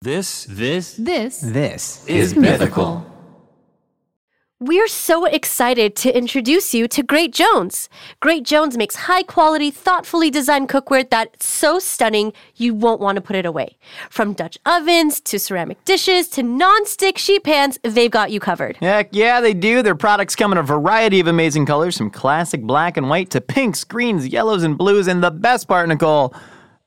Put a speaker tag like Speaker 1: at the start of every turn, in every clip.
Speaker 1: This this
Speaker 2: This
Speaker 3: This
Speaker 1: is mythical.
Speaker 4: We're so excited to introduce you to Great Jones. Great Jones makes high quality, thoughtfully designed cookware that's so stunning you won't want to put it away. From Dutch ovens to ceramic dishes to non-stick sheet pans, they've got you covered.
Speaker 3: Heck yeah, they do. Their products come in a variety of amazing colors, from classic black and white to pinks, greens, yellows, and blues. And the best part, Nicole,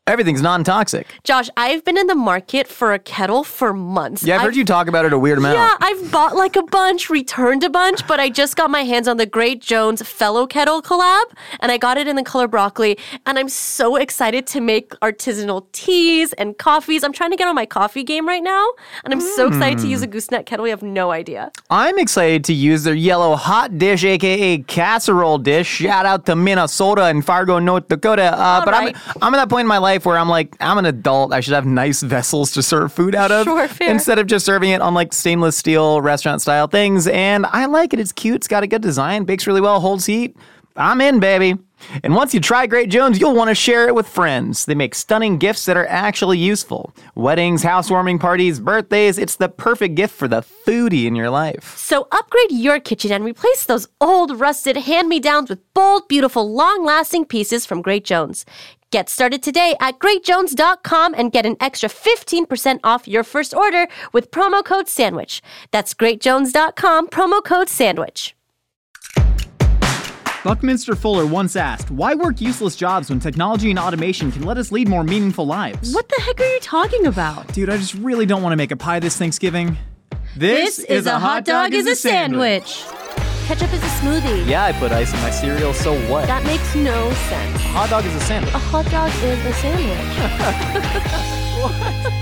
Speaker 3: everything's non toxic.
Speaker 4: Josh, I've been in the market for a kettle for months.
Speaker 3: Yeah, I've heard you talk about it a weird amount.
Speaker 4: Yeah, I've bought like a bunch, returned a bunch, but I just got my hands on the Great Jones Fellow Kettle collab, and I got it in the color broccoli. And I'm so excited to make artisanal teas and coffees. I'm trying to get on my coffee game right now, and I'm so excited to use a gooseneck kettle. You have no idea.
Speaker 3: I'm excited to use their yellow hot dish, aka casserole dish. Shout out to Minnesota and Fargo, North Dakota. Uh, but
Speaker 4: right.
Speaker 3: I'm I'm at that point in my life where I'm like, I'm an adult. I should have nice vessels to serve food out of,
Speaker 4: Sure, fair.
Speaker 3: instead of just serving it on like stainless steel restaurant style things. And I like it. It's cute. It's got a good design. Bakes really well. Holds heat. I'm in, baby. And once you try Great Jones, you'll want to share it with friends. They make stunning gifts that are actually useful. Weddings, housewarming parties, birthdays, it's the perfect gift for the foodie in your life.
Speaker 4: So upgrade your kitchen and replace those old, rusted hand me downs with bold, beautiful, long lasting pieces from Great Jones. Get started today at greatjones.com and get an extra 15% off your first order with promo code SANDWICH. That's greatjones.com, promo code SANDWICH.
Speaker 3: Buckminster Fuller once asked, Why work useless jobs when technology and automation can let us lead more meaningful lives?
Speaker 4: What the heck are you talking about?
Speaker 3: Dude, I just really don't want to make a pie this Thanksgiving.
Speaker 4: Ketchup is a smoothie.
Speaker 3: Yeah, I put ice in my cereal, so what?
Speaker 4: That makes no sense.
Speaker 3: hot dog is a sandwich.
Speaker 4: A hot dog is a sandwich.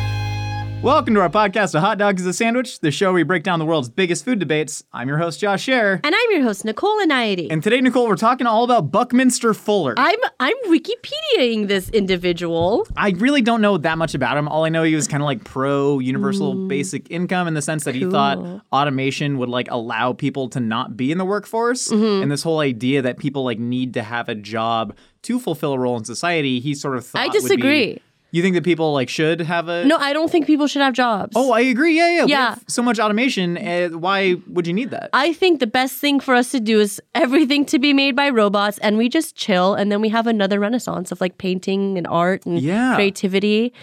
Speaker 3: Welcome to our podcast, A Hot Dog is a Sandwich, the show where we break down the world's biggest food debates. I'm your host, Josh Scherer.
Speaker 4: And I'm your host, Nicole Aniety.
Speaker 3: And today, Nicole, we're talking all about Buckminster Fuller.
Speaker 4: I'm I'm Wikipediaing this individual.
Speaker 3: I really don't know that much about him. All I know he was kind of like pro universal
Speaker 4: Mm.
Speaker 3: basic income in the sense that he thought automation would like allow people to not be in the workforce.
Speaker 4: Mm-hmm.
Speaker 3: And this whole idea that people like need to have a job to fulfill a role in society, he sort of thought.
Speaker 4: I
Speaker 3: would be-
Speaker 4: disagree.
Speaker 3: you think that people like should have a
Speaker 4: No, I don't think people should have jobs.
Speaker 3: Oh, I agree. Yeah, yeah. We
Speaker 4: Yeah. Uh,
Speaker 3: have so much automation. Uh, why would you need that?
Speaker 4: I think the best thing for us to do is everything to be made by robots and we just chill and then we have another renaissance of like painting and art and
Speaker 3: Yeah.
Speaker 4: creativity.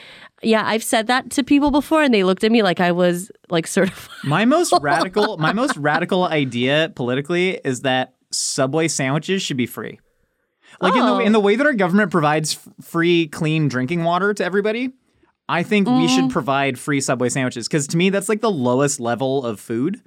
Speaker 4: Yeah, I've said that to people before and they looked at me like I was like certified.
Speaker 3: My most radical, my most radical idea politically is that Subway sandwiches should be free. Like in the
Speaker 4: Oh.
Speaker 3: in the way that our government provides f- free, clean drinking water to everybody, I think we
Speaker 4: Mm.
Speaker 3: should provide free Subway sandwiches because to me that's like the lowest level of food.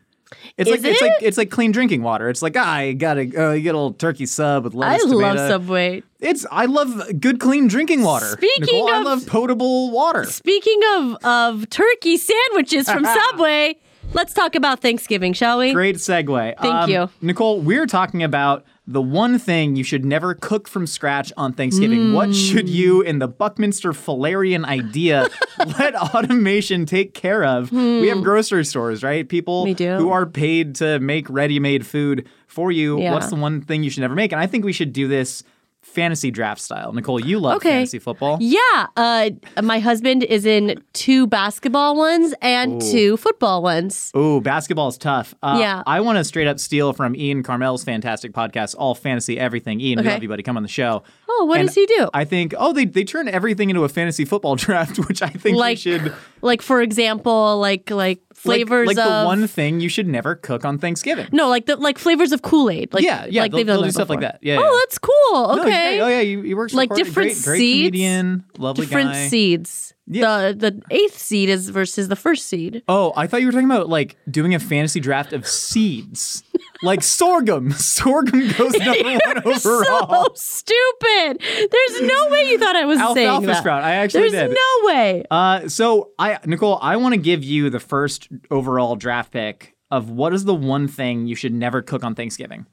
Speaker 3: It's
Speaker 4: Is
Speaker 3: like it's like
Speaker 4: it?
Speaker 3: it's like clean drinking water. It's like ah, I got a uh, you get a little turkey sub with
Speaker 4: I
Speaker 3: lettuce.
Speaker 4: love
Speaker 3: tomato.
Speaker 4: Subway.
Speaker 3: It's I love good clean drinking water.
Speaker 4: Speaking
Speaker 3: Nicole, I
Speaker 4: of-
Speaker 3: love potable water.
Speaker 4: Speaking of of turkey sandwiches from Subway, let's talk about Thanksgiving, shall we?
Speaker 3: Great segue. Thank
Speaker 4: you.
Speaker 3: Nicole, we're talking about the one thing you should never cook from scratch on Thanksgiving. What should
Speaker 4: Mm.
Speaker 3: you, in the Buckminster Fullerian idea, let automation take care of? We have grocery stores, right? People
Speaker 4: Hmm. We do.
Speaker 3: who are paid to make ready made food for you.
Speaker 4: Yeah.
Speaker 3: What's the one thing you should never make? And I think we should do this fantasy draft style. Nicole, you love
Speaker 4: Okay.
Speaker 3: fantasy football.
Speaker 4: Yeah, uh, my husband is in two basketball ones and
Speaker 3: Oh.
Speaker 4: two football ones.
Speaker 3: Ooh, basketball's tough. Uh,
Speaker 4: Yeah.
Speaker 3: I want to straight up steal from Ian Carmel's fantastic podcast, All Fantasy Everything. Ian, we
Speaker 4: Okay.
Speaker 3: love you, buddy. Come on the show.
Speaker 4: Oh, what
Speaker 3: And
Speaker 4: does he do?
Speaker 3: I think, oh, they, they turn everything into a fantasy football draft, which I think
Speaker 4: Like
Speaker 3: you should.
Speaker 4: like for example, like like flavors
Speaker 3: like, like
Speaker 4: of
Speaker 3: the one thing you should never cook on Thanksgiving.
Speaker 4: no, like the like flavors of Kool Aid. Like,
Speaker 3: Yeah, yeah,
Speaker 4: like
Speaker 3: they'll-
Speaker 4: they've done
Speaker 3: they'll
Speaker 4: that
Speaker 3: do stuff like
Speaker 4: before.
Speaker 3: that. Yeah, yeah.
Speaker 4: oh, that's cool.
Speaker 3: No,
Speaker 4: Okay,
Speaker 3: yeah, oh, yeah. He, he works
Speaker 4: Like
Speaker 3: for Corporate,
Speaker 4: different
Speaker 3: great, great
Speaker 4: seeds?
Speaker 3: comedian, lovely
Speaker 4: different
Speaker 3: guy.
Speaker 4: seeds.
Speaker 3: Yeah.
Speaker 4: The the eighth seed is versus the first seed.
Speaker 3: Oh, I thought you were talking about like doing a fantasy draft of seeds, like sorghum. Sorghum goes number one overall.
Speaker 4: So stupid. There's no way you thought I was saying
Speaker 3: Alfalfa
Speaker 4: that.
Speaker 3: sprout. I actually
Speaker 4: There's
Speaker 3: did.
Speaker 4: no way.
Speaker 3: Uh, so I, Nicole, I want to give you the first overall draft pick of what is the one thing you should never cook on Thanksgiving.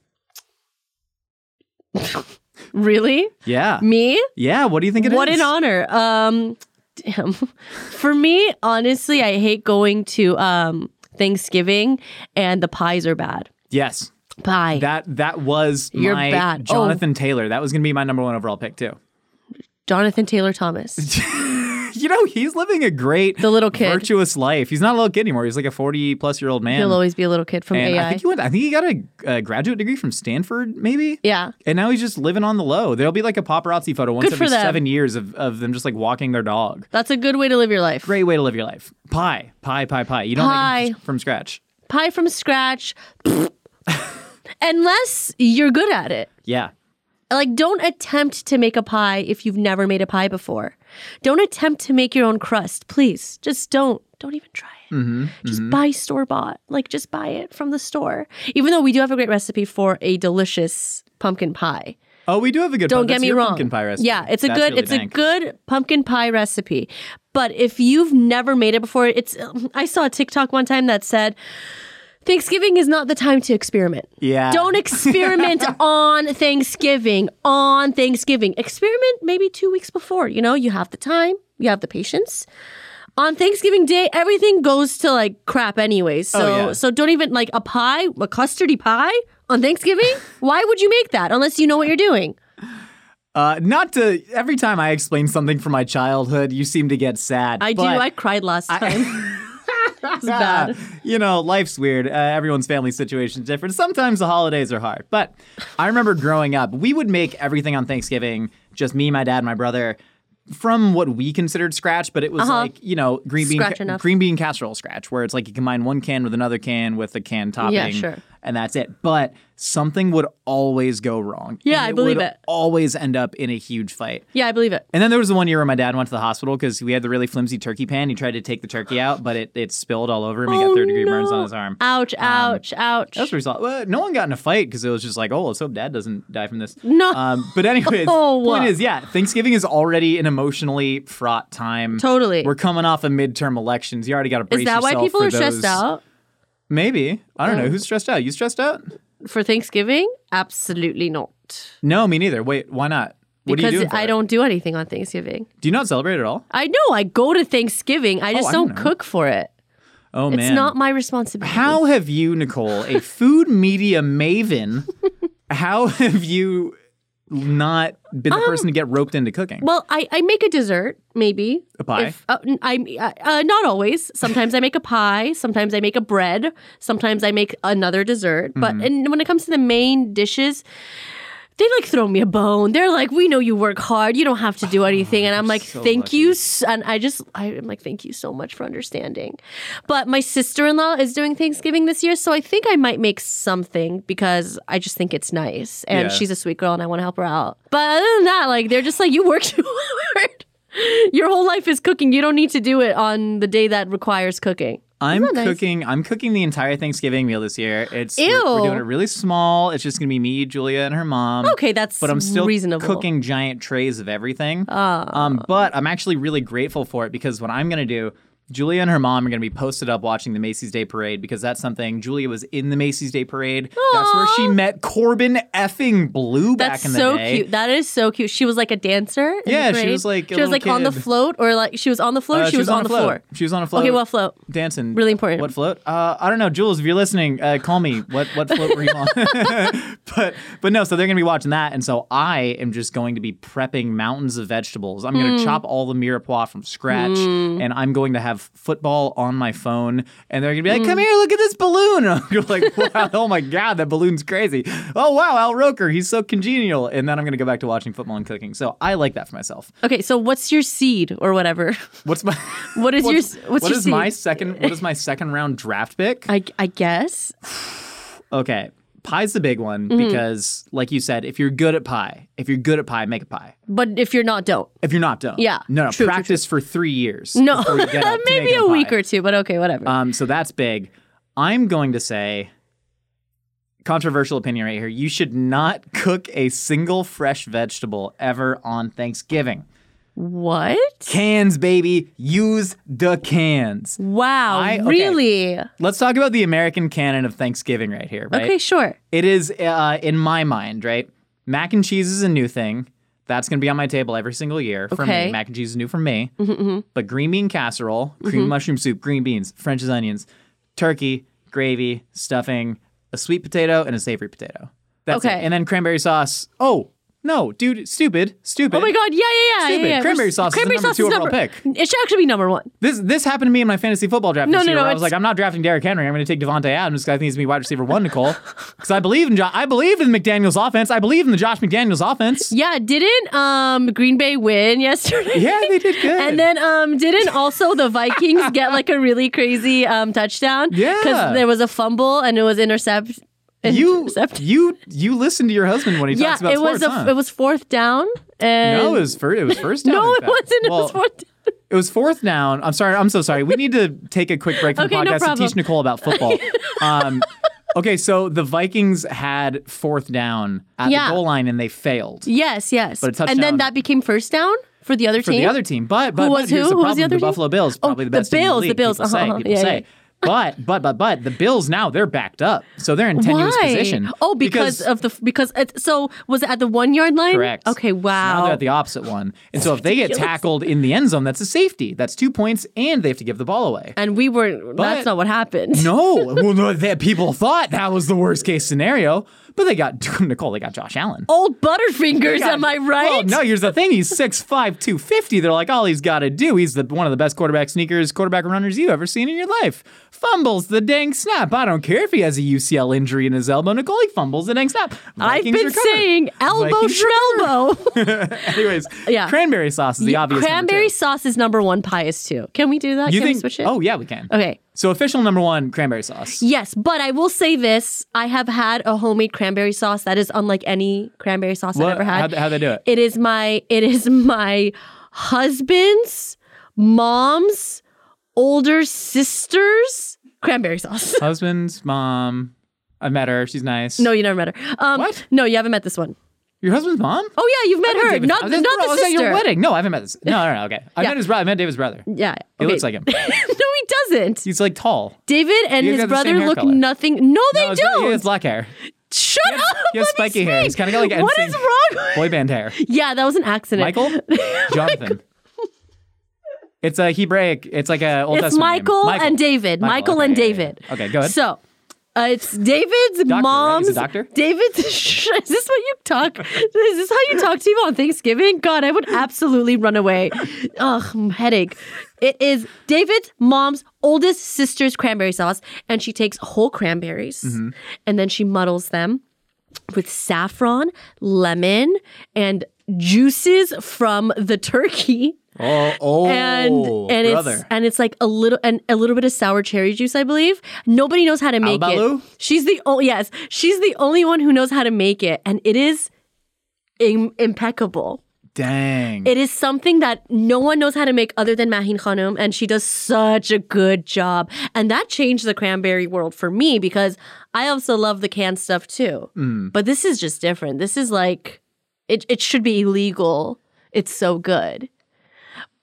Speaker 4: really?
Speaker 3: Yeah,
Speaker 4: Me?
Speaker 3: yeah. What do you think it is?
Speaker 4: What an honor. Um, damn. For me, honestly, I hate going to um Thanksgiving and the pies are bad.
Speaker 3: Yes,
Speaker 4: Pie.
Speaker 3: that that was
Speaker 4: You're
Speaker 3: my
Speaker 4: bad. Oh.
Speaker 3: Jonathan Taylor. That was going to be my number one overall pick too.
Speaker 4: Jonathan Taylor Thomas.
Speaker 3: you know, he's living a great,
Speaker 4: The little kid.
Speaker 3: virtuous life. He's not a little kid anymore. He's like a forty-plus-year-old man.
Speaker 4: He'll always be a little kid from
Speaker 3: and
Speaker 4: AI.
Speaker 3: I think he went. I think he got a, uh graduate degree from Stanford, maybe.
Speaker 4: yeah.
Speaker 3: And now he's just living on the low. There'll be like a paparazzi photo once
Speaker 4: Good for
Speaker 3: every
Speaker 4: them.
Speaker 3: seven years of, of them just like walking their dog.
Speaker 4: That's a good way to live your life.
Speaker 3: Great way to live your life. Pie, pie, pie, pie. You don't make
Speaker 4: Pie.
Speaker 3: it f- from scratch.
Speaker 4: Pie from scratch. Unless you're good at it.
Speaker 3: Yeah.
Speaker 4: Like, don't attempt to make a pie if you've never made a pie before. Don't attempt to make your own crust, please. Just don't. Don't even try it. Just buy store bought. Like, just buy it from the store. Even though we do have a great recipe for a delicious pumpkin pie.
Speaker 3: Oh, we do have a good.
Speaker 4: Don't
Speaker 3: pump-
Speaker 4: get
Speaker 3: that's
Speaker 4: me
Speaker 3: your
Speaker 4: wrong.
Speaker 3: Pumpkin pie recipe.
Speaker 4: Yeah, it's a
Speaker 3: That's
Speaker 4: good
Speaker 3: really
Speaker 4: it's
Speaker 3: dank.
Speaker 4: a good pumpkin pie recipe. But if you've never made it before, it's I saw a TikTok one time that said Thanksgiving is not the time to experiment.
Speaker 3: Yeah.
Speaker 4: Don't experiment on Thanksgiving. On Thanksgiving. Experiment maybe 2 weeks before, you know, you have the time, you have the patience. On Thanksgiving day, everything goes to like crap anyways. So
Speaker 3: Oh, yeah.
Speaker 4: so don't even like a pie, a custardy pie on Thanksgiving? Why would you make that unless you know what you're doing?
Speaker 3: Uh, not to every time I explain something from my childhood, you seem to get sad.
Speaker 4: I do.
Speaker 3: but-
Speaker 4: I cried last time. It's
Speaker 3: Ah,
Speaker 4: bad.
Speaker 3: You know, life's weird. Uh, everyone's family situation is different. Sometimes the holidays are hard. But I remember growing up, we would make everything on Thanksgiving, just me, my dad, my brother, from what we considered scratch, but it was like, you know, green bean
Speaker 4: Uh-huh. Scratch enough.
Speaker 3: green bean casserole scratch, where it's like you combine one can with another can with a can topping.
Speaker 4: sure.
Speaker 3: And that's it. But something would always go wrong.
Speaker 4: Yeah,
Speaker 3: and
Speaker 4: I believe
Speaker 3: would
Speaker 4: it.
Speaker 3: Always end up in a huge fight.
Speaker 4: Yeah, I believe it.
Speaker 3: And then there was the one year where my dad went to the hospital because we had the really flimsy turkey pan. He tried to take the turkey out, but it, it spilled all over him. and He got third degree burns on his arm.
Speaker 4: Oh,
Speaker 3: Um,
Speaker 4: Ouch! Ouch! ouch!
Speaker 3: That's the result. Well, no one got in a fight because it was just like, oh, let's hope dad doesn't die from this.
Speaker 4: No.
Speaker 3: Um, but anyways,
Speaker 4: Oh.
Speaker 3: point is, yeah, Thanksgiving is already an emotionally fraught time.
Speaker 4: Totally.
Speaker 3: We're coming off of midterm elections. You already got to brace
Speaker 4: Is that why
Speaker 3: yourself
Speaker 4: people
Speaker 3: for
Speaker 4: are stressed
Speaker 3: those-
Speaker 4: out
Speaker 3: Maybe. I don't
Speaker 4: Oh.
Speaker 3: know. Who's stressed out? You stressed out?
Speaker 4: for Thanksgiving? Absolutely not.
Speaker 3: No, me neither. Wait, why not? What
Speaker 4: because
Speaker 3: do you do? for
Speaker 4: I
Speaker 3: it?
Speaker 4: don't do anything on Thanksgiving.
Speaker 3: Do you not celebrate at all?
Speaker 4: I know I go to Thanksgiving. I just
Speaker 3: Oh, I
Speaker 4: don't,
Speaker 3: don't know.
Speaker 4: cook for it.
Speaker 3: Oh man,
Speaker 4: It's not my responsibility.
Speaker 3: How have you, Nicole, a food media maven, how have you not been the person to get roped into cooking?
Speaker 4: Um, Well, I, I make a dessert, maybe.
Speaker 3: A pie?
Speaker 4: uh, n- I, uh, not always. Sometimes I make a pie. Sometimes I make a bread. Sometimes I make another dessert. But
Speaker 3: Mm-hmm.
Speaker 4: and when it comes to the main dishes, they like throw me a bone. They're like, "We know you work hard. You don't have to do anything." and I'm like,
Speaker 3: Oh, so
Speaker 4: "Thank
Speaker 3: lucky.
Speaker 4: you." s- And I just I am like, "Thank you so much for understanding." But my sister-in-law is doing Thanksgiving this year, so I think I might make something because I just think it's nice, and
Speaker 3: Yeah.
Speaker 4: she's a sweet girl, and I want to help her out. But other than that, like they're just like, "You work too hard." Your whole life is cooking. You don't need to do it on the day that requires cooking.
Speaker 3: I'm
Speaker 4: that nice?
Speaker 3: cooking. I'm cooking the entire Thanksgiving meal this year. It's we're- We're,
Speaker 4: Ew.
Speaker 3: doing it really small. It's just gonna be me, Julia, and her mom.
Speaker 4: Okay, that's
Speaker 3: But I'm still
Speaker 4: reasonable. Ah.
Speaker 3: cooking giant trays of everything. Um, but I'm actually really grateful for it because what I'm gonna do, Julia and her mom are gonna be posted up watching the Macy's Day Parade because that's something Julia was in the Macy's Day Parade. That's where she met Corbin effing Blue
Speaker 4: That's
Speaker 3: back in the
Speaker 4: so
Speaker 3: day.
Speaker 4: cute. That is so cute. She was like a dancer. in the
Speaker 3: Yeah, she
Speaker 4: parade.
Speaker 3: was, like, a
Speaker 4: she was
Speaker 3: little
Speaker 4: like on the
Speaker 3: kid.
Speaker 4: float, or like she was on the floor.
Speaker 3: Uh,
Speaker 4: she, was on, the
Speaker 3: a float.
Speaker 4: floor.
Speaker 3: She was on a float.
Speaker 4: Okay, what float?
Speaker 3: dancing.
Speaker 4: Really important.
Speaker 3: What float? Uh, I don't know, Jules. If you're listening, uh, call me. What what float were you on? but but no. So they're gonna be watching that, and so I am just going to be prepping mountains of vegetables. I'm
Speaker 4: Hmm.
Speaker 3: gonna chop all the mirepoix from scratch, and I'm going to have football on my phone, and they're gonna be like,
Speaker 4: Hmm.
Speaker 3: "Come here, look at this balloon." And I'm gonna be like, "Wow, oh my god, that balloon's crazy." Oh wow, Al Roker, he's so congenial. And then I'm gonna go back to watching football and cooking. So I like that for myself.
Speaker 4: Okay, so what's your seed or whatever?
Speaker 3: What's my
Speaker 4: What is your
Speaker 3: What's,
Speaker 4: s- what's
Speaker 3: what
Speaker 4: your
Speaker 3: is my
Speaker 4: seed?
Speaker 3: second? What is my second round draft pick?
Speaker 4: I, I guess.
Speaker 3: okay, pie's the big one
Speaker 4: Mm-hmm.
Speaker 3: because, like you said, if you're good at pie, if you're good at pie, make a pie.
Speaker 4: But if you're not, don't.
Speaker 3: If you're not, don't.
Speaker 4: Yeah,
Speaker 3: no, no.
Speaker 4: true, true,
Speaker 3: practice for three years.
Speaker 4: No,
Speaker 3: before you get up to
Speaker 4: maybe
Speaker 3: making
Speaker 4: a week
Speaker 3: pie.
Speaker 4: or two, but okay, whatever.
Speaker 3: Um, so that's big. I'm going to say. Controversial opinion right here. You should not cook a single fresh vegetable ever on Thanksgiving.
Speaker 4: what?
Speaker 3: Cans, baby. Use the cans.
Speaker 4: Wow,
Speaker 3: I- okay.
Speaker 4: really?
Speaker 3: Let's talk about the American canon of Thanksgiving right here, right?
Speaker 4: Okay, sure.
Speaker 3: It is uh, in my mind, right? Mac and cheese is a new thing. That's going to be on my table every single year for
Speaker 4: Okay. Mm-hmm,
Speaker 3: me. Mac and cheese is new for me. But green bean casserole, cream mushroom soup, green beans, French's onions, turkey, gravy, stuffing, a sweet potato, and a savory potato. That's
Speaker 4: Okay.
Speaker 3: it. And then cranberry sauce. Oh, No, dude, stupid, stupid.
Speaker 4: Oh my god! Yeah, yeah, yeah.
Speaker 3: Stupid.
Speaker 4: yeah, yeah.
Speaker 3: Cranberry
Speaker 4: We're-
Speaker 3: sauce is the number two overall pick.
Speaker 4: It should actually be number one.
Speaker 3: This this happened to me in my fantasy football draft
Speaker 4: No,
Speaker 3: this
Speaker 4: no,
Speaker 3: year.
Speaker 4: no,
Speaker 3: where I was
Speaker 4: it's-
Speaker 3: like, I'm not drafting Derrick Henry. I'm going to take Devontae Adams because I think he's going to be wide receiver one, Nicole. Because I believe in jo- I believe in McDaniel's offense. I believe in the Josh McDaniel's offense.
Speaker 4: Yeah, didn't um Green Bay win yesterday?
Speaker 3: Yeah, they did good.
Speaker 4: And then um didn't also the Vikings get like a really crazy um touchdown?
Speaker 3: Yeah.
Speaker 4: because there was a fumble and it was intercept.
Speaker 3: you
Speaker 4: intercept.
Speaker 3: you you listen to your husband when he
Speaker 4: yeah,
Speaker 3: talks about
Speaker 4: it was
Speaker 3: sports.
Speaker 4: a,
Speaker 3: huh?
Speaker 4: it was fourth down. And
Speaker 3: no, it was first. It was first down.
Speaker 4: no,
Speaker 3: in
Speaker 4: it
Speaker 3: fact.
Speaker 4: wasn't. It
Speaker 3: Well,
Speaker 4: was fourth. down.
Speaker 3: It was fourth down. I'm sorry. I'm so sorry. We need to take a quick break from
Speaker 4: Okay,
Speaker 3: the
Speaker 4: no
Speaker 3: podcast to
Speaker 4: problem.
Speaker 3: teach Nicole about football. Um, okay, so the Vikings had fourth down at
Speaker 4: Yeah.
Speaker 3: the goal line and they failed
Speaker 4: Yes, yes.
Speaker 3: But a
Speaker 4: and
Speaker 3: touchdown-
Speaker 4: then that became first down for the other
Speaker 3: for
Speaker 4: team.
Speaker 3: the other team. But but,
Speaker 4: Who
Speaker 3: but
Speaker 4: was
Speaker 3: here's
Speaker 4: who?
Speaker 3: the
Speaker 4: Who was the
Speaker 3: problem.
Speaker 4: other team?
Speaker 3: Buffalo Bills,
Speaker 4: Oh,
Speaker 3: probably the
Speaker 4: the
Speaker 3: best team in
Speaker 4: Bills, the
Speaker 3: league,
Speaker 4: Bills.
Speaker 3: People say.
Speaker 4: Uh-huh,
Speaker 3: People
Speaker 4: yeah,
Speaker 3: say.
Speaker 4: yeah.
Speaker 3: But but but but the Bills now they're backed up, so they're in tenuous
Speaker 4: Why?
Speaker 3: position.
Speaker 4: Oh, because, of the because it, so was it at the one yard line?
Speaker 3: Correct.
Speaker 4: Okay.
Speaker 3: Now
Speaker 4: Wow.
Speaker 3: they're at the opposite one. And so if they get tackled in the end zone, that's a safety. That's two points, and they have to give the ball away.
Speaker 4: and we were.
Speaker 3: But-
Speaker 4: That's not what happened.
Speaker 3: No, well, no, that people thought that was the worst case scenario, but they got Nicole. They got Josh Allen.
Speaker 4: Old Butterfingers.
Speaker 3: They got-
Speaker 4: Am I right?
Speaker 3: Well, no. Here's the thing: he's 6'5", 250. They're like, all he's got to do, he's the one of the best quarterback sneakers, quarterback runners you ever seen in your life. Fumbles the dang snap. I don't care if he has a UCL injury in his elbow. Nicole he fumbles the dang snap.
Speaker 4: I've
Speaker 3: Vikings
Speaker 4: been
Speaker 3: recover.
Speaker 4: saying elbow
Speaker 3: Vikings
Speaker 4: schmelbo.
Speaker 3: Anyways,
Speaker 4: Yeah.
Speaker 3: cranberry sauce is the obvious. number
Speaker 4: Cranberry
Speaker 3: two.
Speaker 4: sauce is number one. Pious two. Can we do that?
Speaker 3: You
Speaker 4: Can
Speaker 3: think?
Speaker 4: we switch it?
Speaker 3: Oh yeah, we can.
Speaker 4: Okay.
Speaker 3: So official number one, cranberry sauce.
Speaker 4: Yes, but I will say this: I have had a homemade cranberry sauce that is unlike any cranberry sauce
Speaker 3: What-
Speaker 4: I've ever had.
Speaker 3: how'd- how'd they do it?
Speaker 4: It is my it is my husband's mom's older sister's cranberry sauce.
Speaker 3: Husband's mom. I met her. She's nice.
Speaker 4: no, you never met her. Um,
Speaker 3: What?
Speaker 4: No, you haven't met this one.
Speaker 3: your husband's mom.
Speaker 4: Oh yeah, you've met
Speaker 3: I met
Speaker 4: her.
Speaker 3: David's-
Speaker 4: Not,
Speaker 3: I
Speaker 4: not
Speaker 3: was at- I
Speaker 4: the
Speaker 3: was at your
Speaker 4: sister.
Speaker 3: wedding. No, I haven't met this. No, no, no. Okay, I
Speaker 4: Yeah.
Speaker 3: met his brother. I met David's brother.
Speaker 4: Yeah.
Speaker 3: He
Speaker 4: okay.
Speaker 3: looks like him.
Speaker 4: no, he doesn't.
Speaker 3: He's like tall.
Speaker 4: David and
Speaker 3: You
Speaker 4: his
Speaker 3: got the same
Speaker 4: brother
Speaker 3: hair
Speaker 4: look
Speaker 3: color.
Speaker 4: nothing. No, they
Speaker 3: no, it's not-
Speaker 4: don't.
Speaker 3: He has black hair.
Speaker 4: Shut up.
Speaker 3: He has
Speaker 4: let me
Speaker 3: spiky hair. He's
Speaker 4: speak.
Speaker 3: kind of got like
Speaker 4: What
Speaker 3: NSYNC
Speaker 4: is wrong? with-
Speaker 3: boy band hair.
Speaker 4: Yeah, that was an accident.
Speaker 3: Michael, Jonathan. It's a Hebraic. It's like a Old
Speaker 4: It's
Speaker 3: Testament name.
Speaker 4: Michael, and David. Michael,
Speaker 3: okay,
Speaker 4: and
Speaker 3: yeah, yeah,
Speaker 4: David.
Speaker 3: yeah. Okay, go ahead.
Speaker 4: So uh, it's David's
Speaker 3: right? He's a
Speaker 4: mom's.
Speaker 3: doctor?
Speaker 4: David's. Shh, is this what you talk? is this how you talk to people on Thanksgiving? God, I would absolutely run away. Ugh, headache. It is David's mom's oldest sister's cranberry sauce, and she takes whole cranberries
Speaker 3: Mm-hmm.
Speaker 4: and then she muddles them with saffron, lemon, and juices from the turkey
Speaker 3: Oh, oh,
Speaker 4: and and it's
Speaker 3: brother.
Speaker 4: and it's like a little and a little bit of sour cherry juice, I believe. Nobody knows how to make
Speaker 3: Albalu?
Speaker 4: it. She's the oh yes, she's the only one who knows how to make it, and it is Im- impeccable.
Speaker 3: Dang.
Speaker 4: It is something that no one knows how to make other than Mahin Khanum, and she does such a good job. And that changed the cranberry world for me because I also love the canned stuff too.
Speaker 3: Mm.
Speaker 4: But this is just different. This is like, it, it should be illegal. It's so good.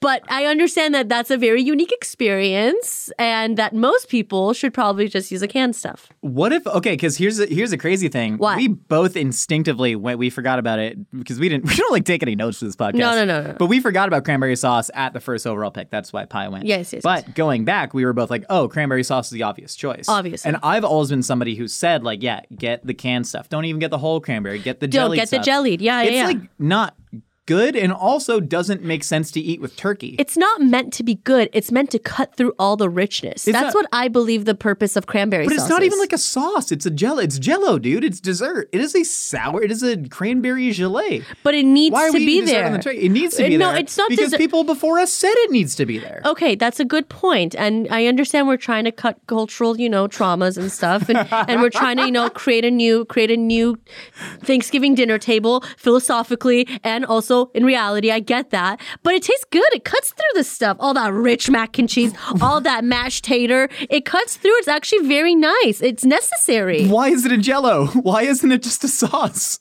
Speaker 4: But I understand that that's a very unique experience and that most people should probably just use the canned stuff.
Speaker 3: What if okay? Because here's a, here's a crazy thing.
Speaker 4: What?
Speaker 3: We both instinctively went. We forgot about it because we didn't. We don't like take any notes for this podcast.
Speaker 4: No, no, no, no, no.
Speaker 3: But we forgot about cranberry sauce at the first overall pick. That's why pie went.
Speaker 4: Yes, yes,
Speaker 3: But going back, we were both like, oh, cranberry sauce is the obvious choice.
Speaker 4: Obviously.
Speaker 3: And I've always been somebody who said like, yeah, get the canned stuff. Don't even get the whole cranberry. Get the
Speaker 4: Don't
Speaker 3: jellied
Speaker 4: get the
Speaker 3: stuff.
Speaker 4: jellied. Yeah, yeah,
Speaker 3: It's
Speaker 4: yeah.
Speaker 3: like not good and also doesn't make sense to eat with turkey.
Speaker 4: it's not meant to be good. It's meant to cut through all the richness. That's
Speaker 3: not-
Speaker 4: what I believe the purpose of cranberry
Speaker 3: But
Speaker 4: sauce
Speaker 3: it's not even
Speaker 4: is.
Speaker 3: like a sauce. It's a jello. It's jello, dude. It's dessert. It is a sour. It is a cranberry gelée.
Speaker 4: But it needs
Speaker 3: Why are
Speaker 4: to
Speaker 3: we
Speaker 4: be
Speaker 3: eating dessert
Speaker 4: there.
Speaker 3: on the tray? It needs to
Speaker 4: Uh,
Speaker 3: be
Speaker 4: no,
Speaker 3: there.
Speaker 4: it's not
Speaker 3: because
Speaker 4: dessert- Oh,
Speaker 3: people before us said it needs to be there.
Speaker 4: Okay, that's a good point, and I understand we're trying to cut cultural, you know, traumas and stuff, and, and we're trying to, you know, create a new create a new Thanksgiving dinner table philosophically and also in reality. I get that, but it tastes good. It cuts through this stuff, all that rich mac and cheese, all that mashed tater. It cuts through. It's actually very nice. It's necessary.
Speaker 3: Why is it a jello? Why isn't it just a sauce?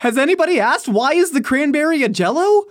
Speaker 3: Has anybody asked why is the cranberry a jello?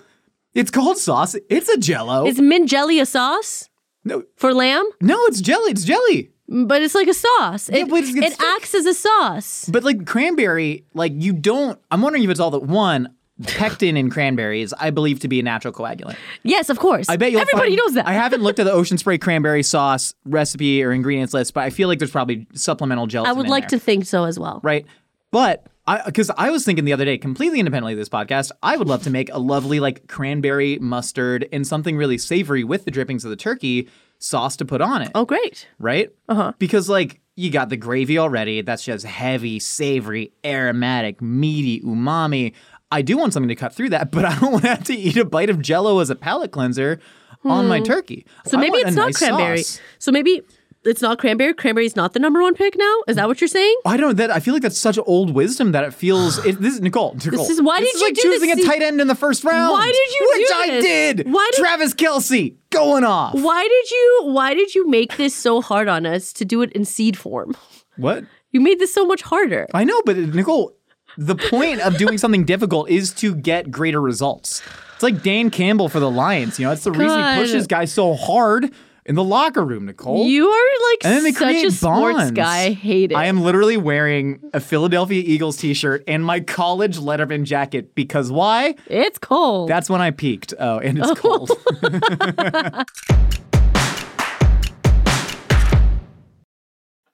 Speaker 3: It's called sauce. It's a jello.
Speaker 4: Is mint jelly a sauce
Speaker 3: no,
Speaker 4: for lamb?
Speaker 3: no, it's jelly. It's jelly.
Speaker 4: But it's like a sauce. It,
Speaker 3: but it's- it's
Speaker 4: it acts as a sauce.
Speaker 3: But like cranberry, like you don't. I'm wondering if it's all that one. Pectin in cranberries, I believe to be a natural coagulant.
Speaker 4: Yes, of course.
Speaker 3: I bet you'll
Speaker 4: everybody
Speaker 3: find-
Speaker 4: knows that.
Speaker 3: I haven't looked at the ocean spray cranberry sauce recipe or ingredients list, but I feel like there's probably supplemental gelatin.
Speaker 4: I would
Speaker 3: in
Speaker 4: like
Speaker 3: there.
Speaker 4: to think so as well.
Speaker 3: right? But because I, was thinking the other day, completely independently of this podcast, I would love to make a lovely like cranberry mustard and something really savory with the drippings of the turkey sauce to put on it.
Speaker 4: Oh, great.
Speaker 3: Right? Uh
Speaker 4: Uh-huh.
Speaker 3: huh. Because like you got the gravy already. That's just heavy, savory, aromatic, meaty, umami. I do want something to cut through that, but I don't want to have to eat a bite of Jello as a palate cleanser on my turkey.
Speaker 4: Hmm. So maybe it's not cranberry. So maybe it's not cranberry. Cranberry's not the number one pick now. Is that what you're saying?
Speaker 3: I don't. That I feel like that's such old wisdom that it feels. It, this is Nicole. Nicole
Speaker 4: is- why did
Speaker 3: is
Speaker 4: you
Speaker 3: like
Speaker 4: do
Speaker 3: choosing
Speaker 4: this?
Speaker 3: a tight end in the first round?
Speaker 4: Why did you
Speaker 3: Which
Speaker 4: do
Speaker 3: I
Speaker 4: this?
Speaker 3: did.
Speaker 4: Why did-
Speaker 3: Travis Kelsey going off?
Speaker 4: Why did you why did you make this so hard on us to do it in seed form?
Speaker 3: What?
Speaker 4: You made this so much harder.
Speaker 3: I know, but uh, Nicole, the point of doing something difficult is to get greater results. It's like Dan Campbell for the Lions. You know, it's the reason
Speaker 4: God.
Speaker 3: he pushes guys so hard in the locker room. Nicole.
Speaker 4: You are like
Speaker 3: and then they
Speaker 4: such
Speaker 3: create
Speaker 4: a sports
Speaker 3: bonds.
Speaker 4: guy. I hate it.
Speaker 3: I am literally wearing a Philadelphia Eagles t-shirt and my college Letterman jacket because why?
Speaker 4: it's cold.
Speaker 3: That's when I peaked. Oh, and it's cold.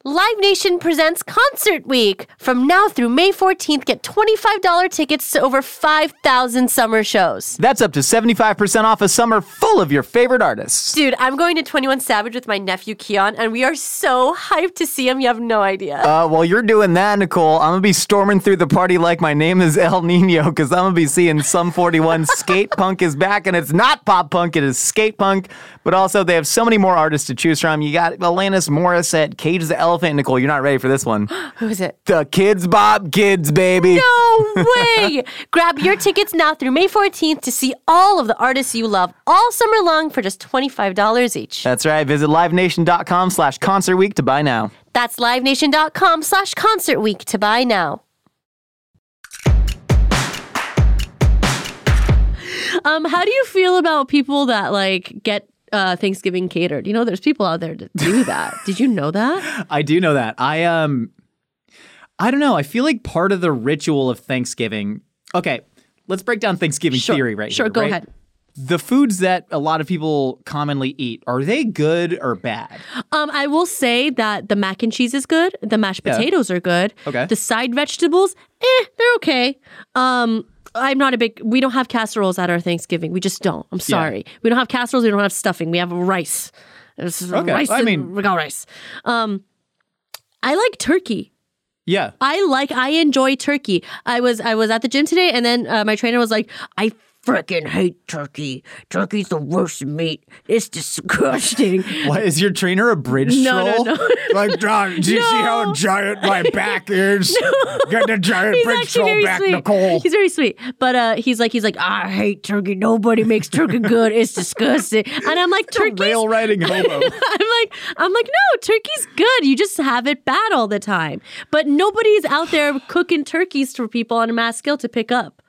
Speaker 5: Live Nation presents Concert Week. From now through May 14th, get $25 tickets to over 5,000 summer shows.
Speaker 3: That's up to 75% off a summer full of your favorite artists.
Speaker 5: Dude, I'm going to 21 Savage with my nephew Keon, and we are so hyped to see him. You have no idea.
Speaker 3: Uh, while you're doing that, Nicole, I'm going to be storming through the party like my name is El Nino because I'm going to be seeing Sum 41 Skate Punk is back, and it's not pop punk, it is skate punk. But also, they have so many more artists to choose from. You got Alanis Morissette, Cage the Elephant. Nicole, you're not ready for this one.
Speaker 5: Who is it?
Speaker 3: The Kids Bob Kids, baby.
Speaker 5: No way! Grab your tickets now through May 14th to see all of the artists you love all summer long for just $25 each.
Speaker 3: That's right. Visit livenation.com slash concert week to buy now.
Speaker 5: That's livenation.com slash concert week to buy now.
Speaker 4: um, how do you feel about people that like get uh, Thanksgiving catered? You know, there's people out there that do that. Did you know that?
Speaker 3: I do know that. I um I don't know. I feel like part of the ritual of Thanksgiving. Okay, let's break down Thanksgiving
Speaker 4: Sure.
Speaker 3: theory right
Speaker 4: sure,
Speaker 3: here.
Speaker 4: go
Speaker 3: right?
Speaker 4: ahead.
Speaker 3: The foods that a lot of people commonly eat, are they good or bad?
Speaker 4: Um, I will say that the mac and cheese is good. The mashed potatoes are good.
Speaker 3: Okay.
Speaker 4: The side vegetables, eh, they're okay. Um, I'm not a big. We don't have casseroles at our Thanksgiving. We just don't. I'm sorry. We don't have casseroles. We don't have stuffing. We have rice. It's
Speaker 3: Okay,
Speaker 4: rice
Speaker 3: I
Speaker 4: and-
Speaker 3: mean-
Speaker 4: we got rice. Um, I like turkey.
Speaker 3: Yeah.
Speaker 4: I like I enjoy turkey. I was I was at the gym today, and then uh, my trainer was like, I freaking hate turkey. Turkey's the worst meat. It's disgusting.
Speaker 3: What is your trainer a bridge
Speaker 4: No, no,
Speaker 3: troll?
Speaker 4: no.
Speaker 3: Like, John, do you see how
Speaker 4: No.
Speaker 3: giant my back is? Get the giant
Speaker 4: He's actually very sweet. He's very sweet, but uh, he's like he's like I hate turkey. Nobody makes turkey good. It's disgusting. And I'm like turkey.
Speaker 3: Rail riding hobo.
Speaker 4: I'm like I'm like no, turkey's good. You just have it bad all the time. But nobody's out there cooking turkeys for people on a mass scale to pick up.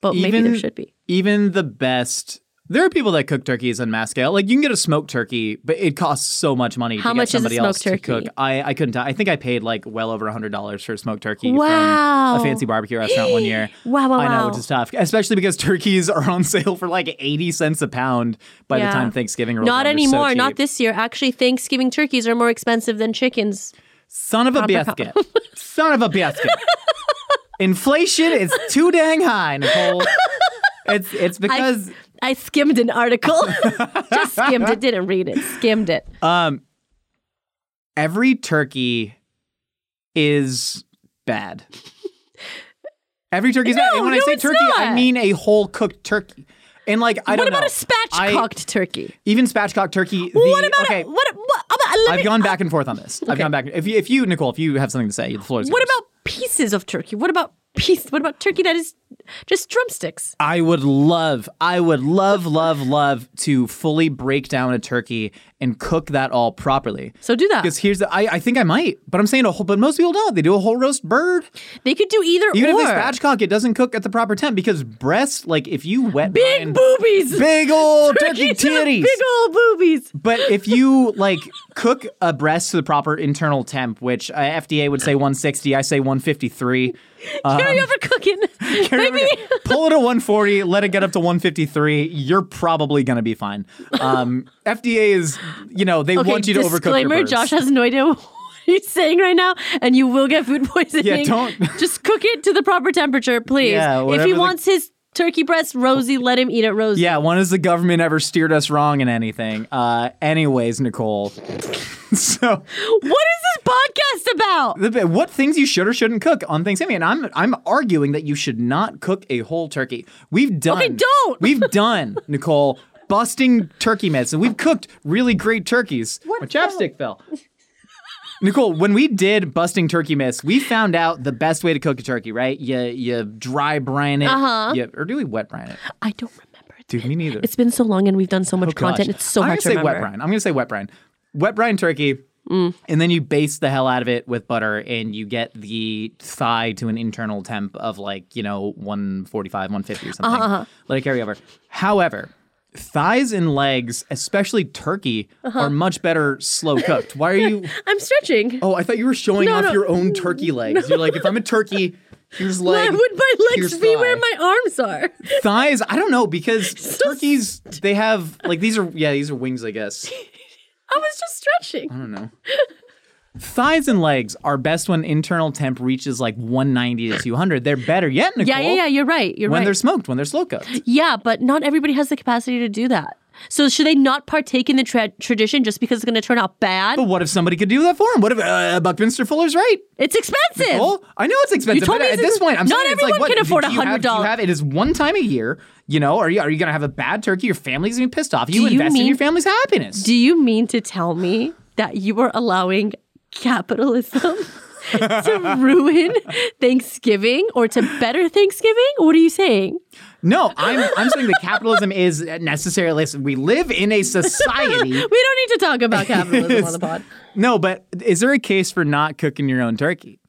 Speaker 4: But maybe there should be.
Speaker 3: Even the best. There are people that cook turkeys on mass scale. Like you can get a smoked turkey, but it costs so much money
Speaker 4: How
Speaker 3: to
Speaker 4: much
Speaker 3: get
Speaker 4: is a
Speaker 3: somebody
Speaker 4: smoked
Speaker 3: else
Speaker 4: turkey?
Speaker 3: to cook. I, I couldn't. tell. I think I paid like well over hundred dollars for a smoked turkey
Speaker 4: Wow.
Speaker 3: from a fancy barbecue restaurant one year.
Speaker 4: Wow, wow,
Speaker 3: I know,
Speaker 4: wow.
Speaker 3: which is tough, especially because turkeys are on sale for like eighty cents a pound by the
Speaker 4: Yeah.
Speaker 3: time Thanksgiving rolls.
Speaker 4: Not
Speaker 3: around. They're so
Speaker 4: anymore. Not
Speaker 3: cheap.
Speaker 4: this year. Actually, Thanksgiving turkeys are more expensive than chickens.
Speaker 3: Son of a biscuit. Son of a biscuit. Inflation is too dang high, Nicole. It's it's because
Speaker 4: I skimmed an article. Just skimmed it. Didn't read it. Skimmed it.
Speaker 3: Um, every turkey is bad. Every turkey is bad. And when I
Speaker 4: no,
Speaker 3: say
Speaker 4: it's
Speaker 3: turkey, I
Speaker 4: not.
Speaker 3: mean a whole cooked turkey. And like I
Speaker 4: what
Speaker 3: don't
Speaker 4: about
Speaker 3: know.
Speaker 4: a spatchcocked turkey?
Speaker 3: I, even spatchcock turkey. The,
Speaker 4: what about
Speaker 3: okay?
Speaker 4: a, what? What, about, let
Speaker 3: I've
Speaker 4: me-
Speaker 3: gone back and forth on this. I've
Speaker 4: Okay.
Speaker 3: gone back. If you, if you Nicole, if you have something to say, the floor is
Speaker 4: what
Speaker 3: yours.
Speaker 4: about pieces of turkey? What about piece? What about turkey that is just drumsticks?
Speaker 3: I would love, I would love, love, love to fully break down a turkey and cook that all properly.
Speaker 4: So do that.
Speaker 3: Because here's the, I, I think I might, but I'm saying a whole, but most people don't. They do a whole roast bird.
Speaker 4: They could do either
Speaker 3: Even
Speaker 4: or.
Speaker 3: if they spatchcock, it doesn't cook at the proper temp because breast, like if you wet
Speaker 4: big
Speaker 3: mine-
Speaker 4: boobies.
Speaker 3: big old turkey
Speaker 4: Turkeys have
Speaker 3: titties.
Speaker 4: Big old boobies.
Speaker 3: But if you like cook a breast to the proper internal temp, which uh, FDA would say 160, I say 153. Um,
Speaker 4: Carry over cooking.
Speaker 3: Carry over-
Speaker 4: Maybe.
Speaker 3: pull it to 140, let it get up to 153. You're probably gonna be fine. Um, FDA is, you know, they
Speaker 4: Okay,
Speaker 3: want you to overcook your
Speaker 4: disclaimer:
Speaker 3: birds.
Speaker 4: Josh has no idea what you're saying right now, and you will get food poisoning.
Speaker 3: Yeah, don't-
Speaker 4: Just cook it to the proper temperature, please.
Speaker 3: Yeah,
Speaker 4: if
Speaker 3: whatever
Speaker 4: he
Speaker 3: the-
Speaker 4: wants his turkey breast rosy, let him eat it rosy.
Speaker 3: Yeah, when has the government ever steered us wrong in anything? Uh, anyways, Nicole. so,
Speaker 4: What is this podcast about?
Speaker 3: the bit- what things you should or shouldn't cook on Thanksgiving? And I'm I'm arguing that you should not cook a whole turkey. We've done.
Speaker 4: Okay, don't.
Speaker 3: We've done, Nicole. Busting turkey myths, and we've cooked really great turkeys. My chapstick fell. Nicole, when we did busting turkey myths, we found out the best way to cook a turkey. Right? You you dry brine it. Uh-huh. or do we wet brine it?
Speaker 4: I don't remember. It's
Speaker 3: Dude, me neither.
Speaker 4: It's been so long, and we've done so much
Speaker 3: Oh, Gosh.
Speaker 4: content. It's so
Speaker 3: I'm gonna
Speaker 4: hard to
Speaker 3: say
Speaker 4: remember. Mm.
Speaker 3: wet brine. I'm gonna say wet brine. Wet brine turkey, and then you baste the hell out of it with butter, and you get the thigh to an internal temp of like you know 145, 150 or something.
Speaker 4: Uh-huh,
Speaker 3: Let it carry over. However, thighs and legs, especially turkey,
Speaker 4: Uh-huh.
Speaker 3: are much better slow cooked. Why are you?
Speaker 4: I'm stretching.
Speaker 3: Oh, I thought you were showing
Speaker 4: No,
Speaker 3: off
Speaker 4: no.
Speaker 3: your own turkey legs. You're like, if I'm a turkey, here's
Speaker 4: Why
Speaker 3: leg.
Speaker 4: would my legs
Speaker 3: here's
Speaker 4: be where
Speaker 3: thigh
Speaker 4: my arms are?
Speaker 3: thighs i don't know because turkeys they have like these are yeah these are wings i guess
Speaker 4: I was just stretching.
Speaker 3: thighs and legs are best when internal temp reaches like 190 to 200 they're better yet Nicole,
Speaker 4: Yeah, yeah, yeah. You're right. You're
Speaker 3: when
Speaker 4: right.
Speaker 3: they're smoked when they're slow cooked
Speaker 4: Yeah, but not everybody has the capacity to do that. So should they not partake in the tra- tradition just because it's going to turn out bad?
Speaker 3: but what if somebody could do that for him what if uh, buckminster fuller's right
Speaker 4: It's expensive.
Speaker 3: well i know it's expensive
Speaker 4: told
Speaker 3: but
Speaker 4: me
Speaker 3: at
Speaker 4: this
Speaker 3: this
Speaker 4: is-
Speaker 3: point i'm
Speaker 4: not
Speaker 3: saying it's like
Speaker 4: everyone
Speaker 3: what
Speaker 4: can afford
Speaker 3: do you have- do you
Speaker 4: $100.
Speaker 3: have- it is one time a year you know are you are you gonna have a bad turkey your family's gonna be pissed off you
Speaker 4: Do you
Speaker 3: invest in
Speaker 4: mean-
Speaker 3: your family's happiness
Speaker 4: Do you mean to tell me that you are allowing capitalism to ruin Thanksgiving or to better Thanksgiving? What are you saying?
Speaker 3: no i'm i'm saying that capitalism is necessarily listen, we live in a society
Speaker 4: We don't need to talk about capitalism on the pod.
Speaker 3: No, but is there a case for not cooking your own turkey?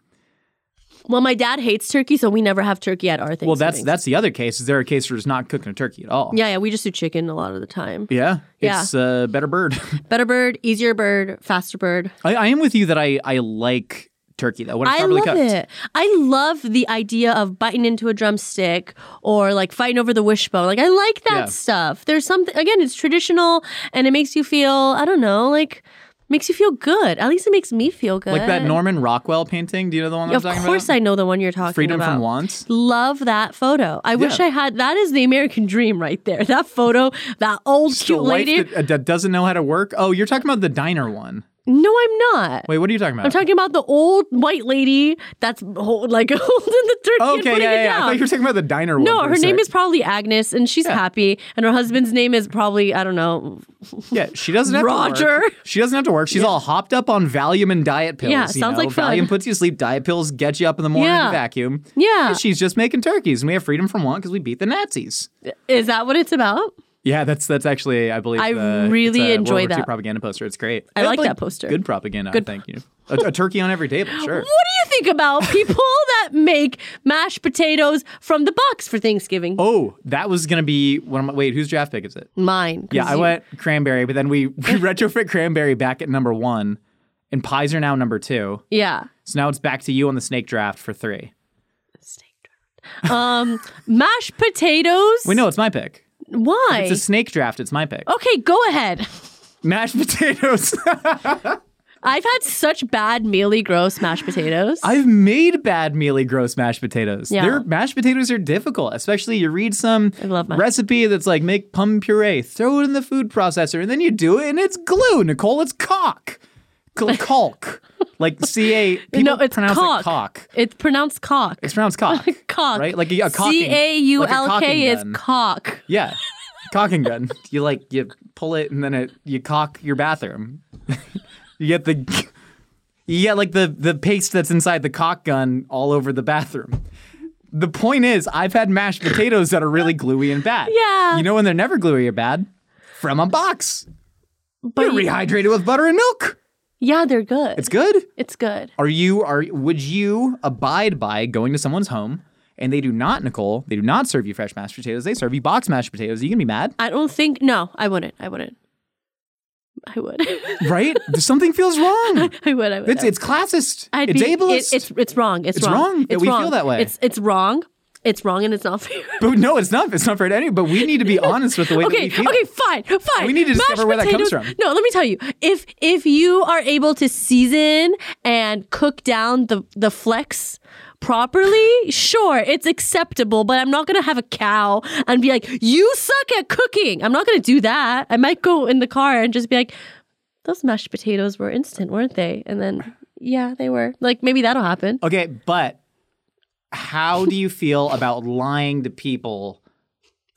Speaker 4: Well, my dad hates turkey, so we never have turkey at our Thanksgiving.
Speaker 3: Well, that's that's the other case. Is there a case for just not cooking a turkey at all?
Speaker 4: Yeah, yeah, we just do chicken a lot of the time.
Speaker 3: Yeah.
Speaker 4: Yeah.
Speaker 3: It's a better bird.
Speaker 4: Better bird, easier bird, faster bird.
Speaker 3: I, I am with you that I, I like turkey though. When it's
Speaker 4: I
Speaker 3: properly
Speaker 4: love
Speaker 3: cooked.
Speaker 4: it. I love the idea of biting into a drumstick or like fighting over the wishbone. Like I like that
Speaker 3: Yeah.
Speaker 4: stuff. There's something again, it's traditional and it makes you feel, I don't know, like makes you feel good. At least it makes me feel good.
Speaker 3: Like that Norman Rockwell painting. Do you know the one that
Speaker 4: Uh, Of
Speaker 3: I'm talking
Speaker 4: course
Speaker 3: about?
Speaker 4: I know the one you're talking
Speaker 3: Freedom
Speaker 4: about.
Speaker 3: from Want.
Speaker 4: Love that photo. I wish
Speaker 3: Yeah.
Speaker 4: I had that is the American dream right there. That photo, that old
Speaker 3: The
Speaker 4: cute
Speaker 3: wife
Speaker 4: lady.
Speaker 3: that, uh, that doesn't know how to work. Oh, you're talking about the diner one.
Speaker 4: no, I'm not.
Speaker 3: Wait, what are you talking about?
Speaker 4: I'm talking about the old white lady that's hol- like holding the turkey and
Speaker 3: Oh, Okay,
Speaker 4: putting
Speaker 3: yeah,
Speaker 4: it
Speaker 3: yeah, yeah. I
Speaker 4: down.
Speaker 3: thought you were talking about the diner one.
Speaker 4: No,
Speaker 3: for a
Speaker 4: her name
Speaker 3: sec.
Speaker 4: is probably Agnes, and she's happy. And her husband's name is probably I don't know.
Speaker 3: Yeah, she doesn't have to
Speaker 4: Roger.
Speaker 3: work. She doesn't have to work. She's all hopped up on Valium and diet pills.
Speaker 4: Yeah,
Speaker 3: you
Speaker 4: sounds
Speaker 3: know?
Speaker 4: like fun.
Speaker 3: Valium puts you to sleep. Diet pills get you up in the morning
Speaker 4: Yeah.
Speaker 3: to vacuum.
Speaker 4: Yeah.
Speaker 3: And she's just making turkeys, and we have freedom from want because we beat the Nazis.
Speaker 4: Is that what it's about?
Speaker 3: Yeah, that's that's actually I believe
Speaker 4: I
Speaker 3: the- it's
Speaker 4: really
Speaker 3: a World
Speaker 4: enjoy
Speaker 3: War
Speaker 4: that.
Speaker 3: II propaganda poster. It's great.
Speaker 4: I
Speaker 3: It's
Speaker 4: like that poster.
Speaker 3: Good propaganda. Good. Thank you. A, a turkey on every table. Sure.
Speaker 4: What do you think about people that make mashed potatoes from the box for Thanksgiving?
Speaker 3: Oh, that was gonna be one of my. Wait, whose draft pick is it?
Speaker 4: Mine. 'cause
Speaker 3: Yeah, I
Speaker 4: you-
Speaker 3: went cranberry, but then we, we retrofit cranberry back at number one, and pies are now number two.
Speaker 4: Yeah.
Speaker 3: So now it's back to you on the snake draft for three.
Speaker 4: Um, mashed potatoes.
Speaker 3: Wait, no, it's my pick.
Speaker 4: Why?
Speaker 3: It's a snake draft. It's my pick.
Speaker 4: okay, go ahead.
Speaker 3: Mashed potatoes.
Speaker 4: I've had such bad, mealy, gross mashed potatoes.
Speaker 3: I've made bad, mealy, gross mashed potatoes.
Speaker 4: Yeah.
Speaker 3: Their mashed potatoes are difficult, especially you read some
Speaker 4: love mashed-
Speaker 3: recipe that's like make plum puree, throw it in the food processor, and then you do it, and it's glue. Nicole, it's cock. Cl- Caulk. like C A. People
Speaker 4: no, it's
Speaker 3: pronounce
Speaker 4: cock.
Speaker 3: it cock.
Speaker 4: It's pronounced cock.
Speaker 3: It's pronounced cock.
Speaker 4: cock.
Speaker 3: Right? Like a, a cocking.
Speaker 4: C a u l
Speaker 3: like a cocking
Speaker 4: k is
Speaker 3: gun.
Speaker 4: cock.
Speaker 3: Yeah. Cocking gun. You like you pull it and then it you cock your bathroom. you get the you get like the the paste that's inside the cock gun all over the bathroom. The point is, I've had mashed potatoes that are really gluey and bad.
Speaker 4: Yeah.
Speaker 3: You know when they're never gluey or bad? From a box.
Speaker 4: But
Speaker 3: They're
Speaker 4: you-
Speaker 3: rehydrated with butter and milk.
Speaker 4: yeah, they're good.
Speaker 3: It's good.
Speaker 4: It's good.
Speaker 3: Are you are would you abide by going to someone's home and they do not, Nicole, they do not serve you fresh mashed potatoes, they serve you box mashed potatoes. Are you gonna be mad?
Speaker 4: I don't think. No, I wouldn't. I wouldn't. I would.
Speaker 3: right? Something feels wrong.
Speaker 4: I would. I would.
Speaker 3: It's
Speaker 4: I would.
Speaker 3: it's classist.
Speaker 4: I'd
Speaker 3: it's
Speaker 4: be- it-
Speaker 3: ableist.
Speaker 4: it's it's wrong. It's,
Speaker 3: It's wrong that
Speaker 4: It's
Speaker 3: we
Speaker 4: wrong.
Speaker 3: feel that way.
Speaker 4: It's it's wrong. it's wrong and it's not fair.
Speaker 3: But no, it's not. It's not fair to anyone. But we need to be honest with the way that
Speaker 4: okay,
Speaker 3: we feel.
Speaker 4: okay, fine, fine.
Speaker 3: We need to
Speaker 4: Mashed
Speaker 3: discover where that comes from.
Speaker 4: No, let me tell you. If if you are able to season and cook down the the flex properly, sure, it's acceptable. But I'm not gonna have a cow and be like, "You suck at cooking." I'm not gonna do that. I might go in the car and just be like, "Those mashed potatoes were instant, weren't they?" And then. Yeah, they were. Like maybe that'll happen.
Speaker 3: Okay, but how do you feel about lying to people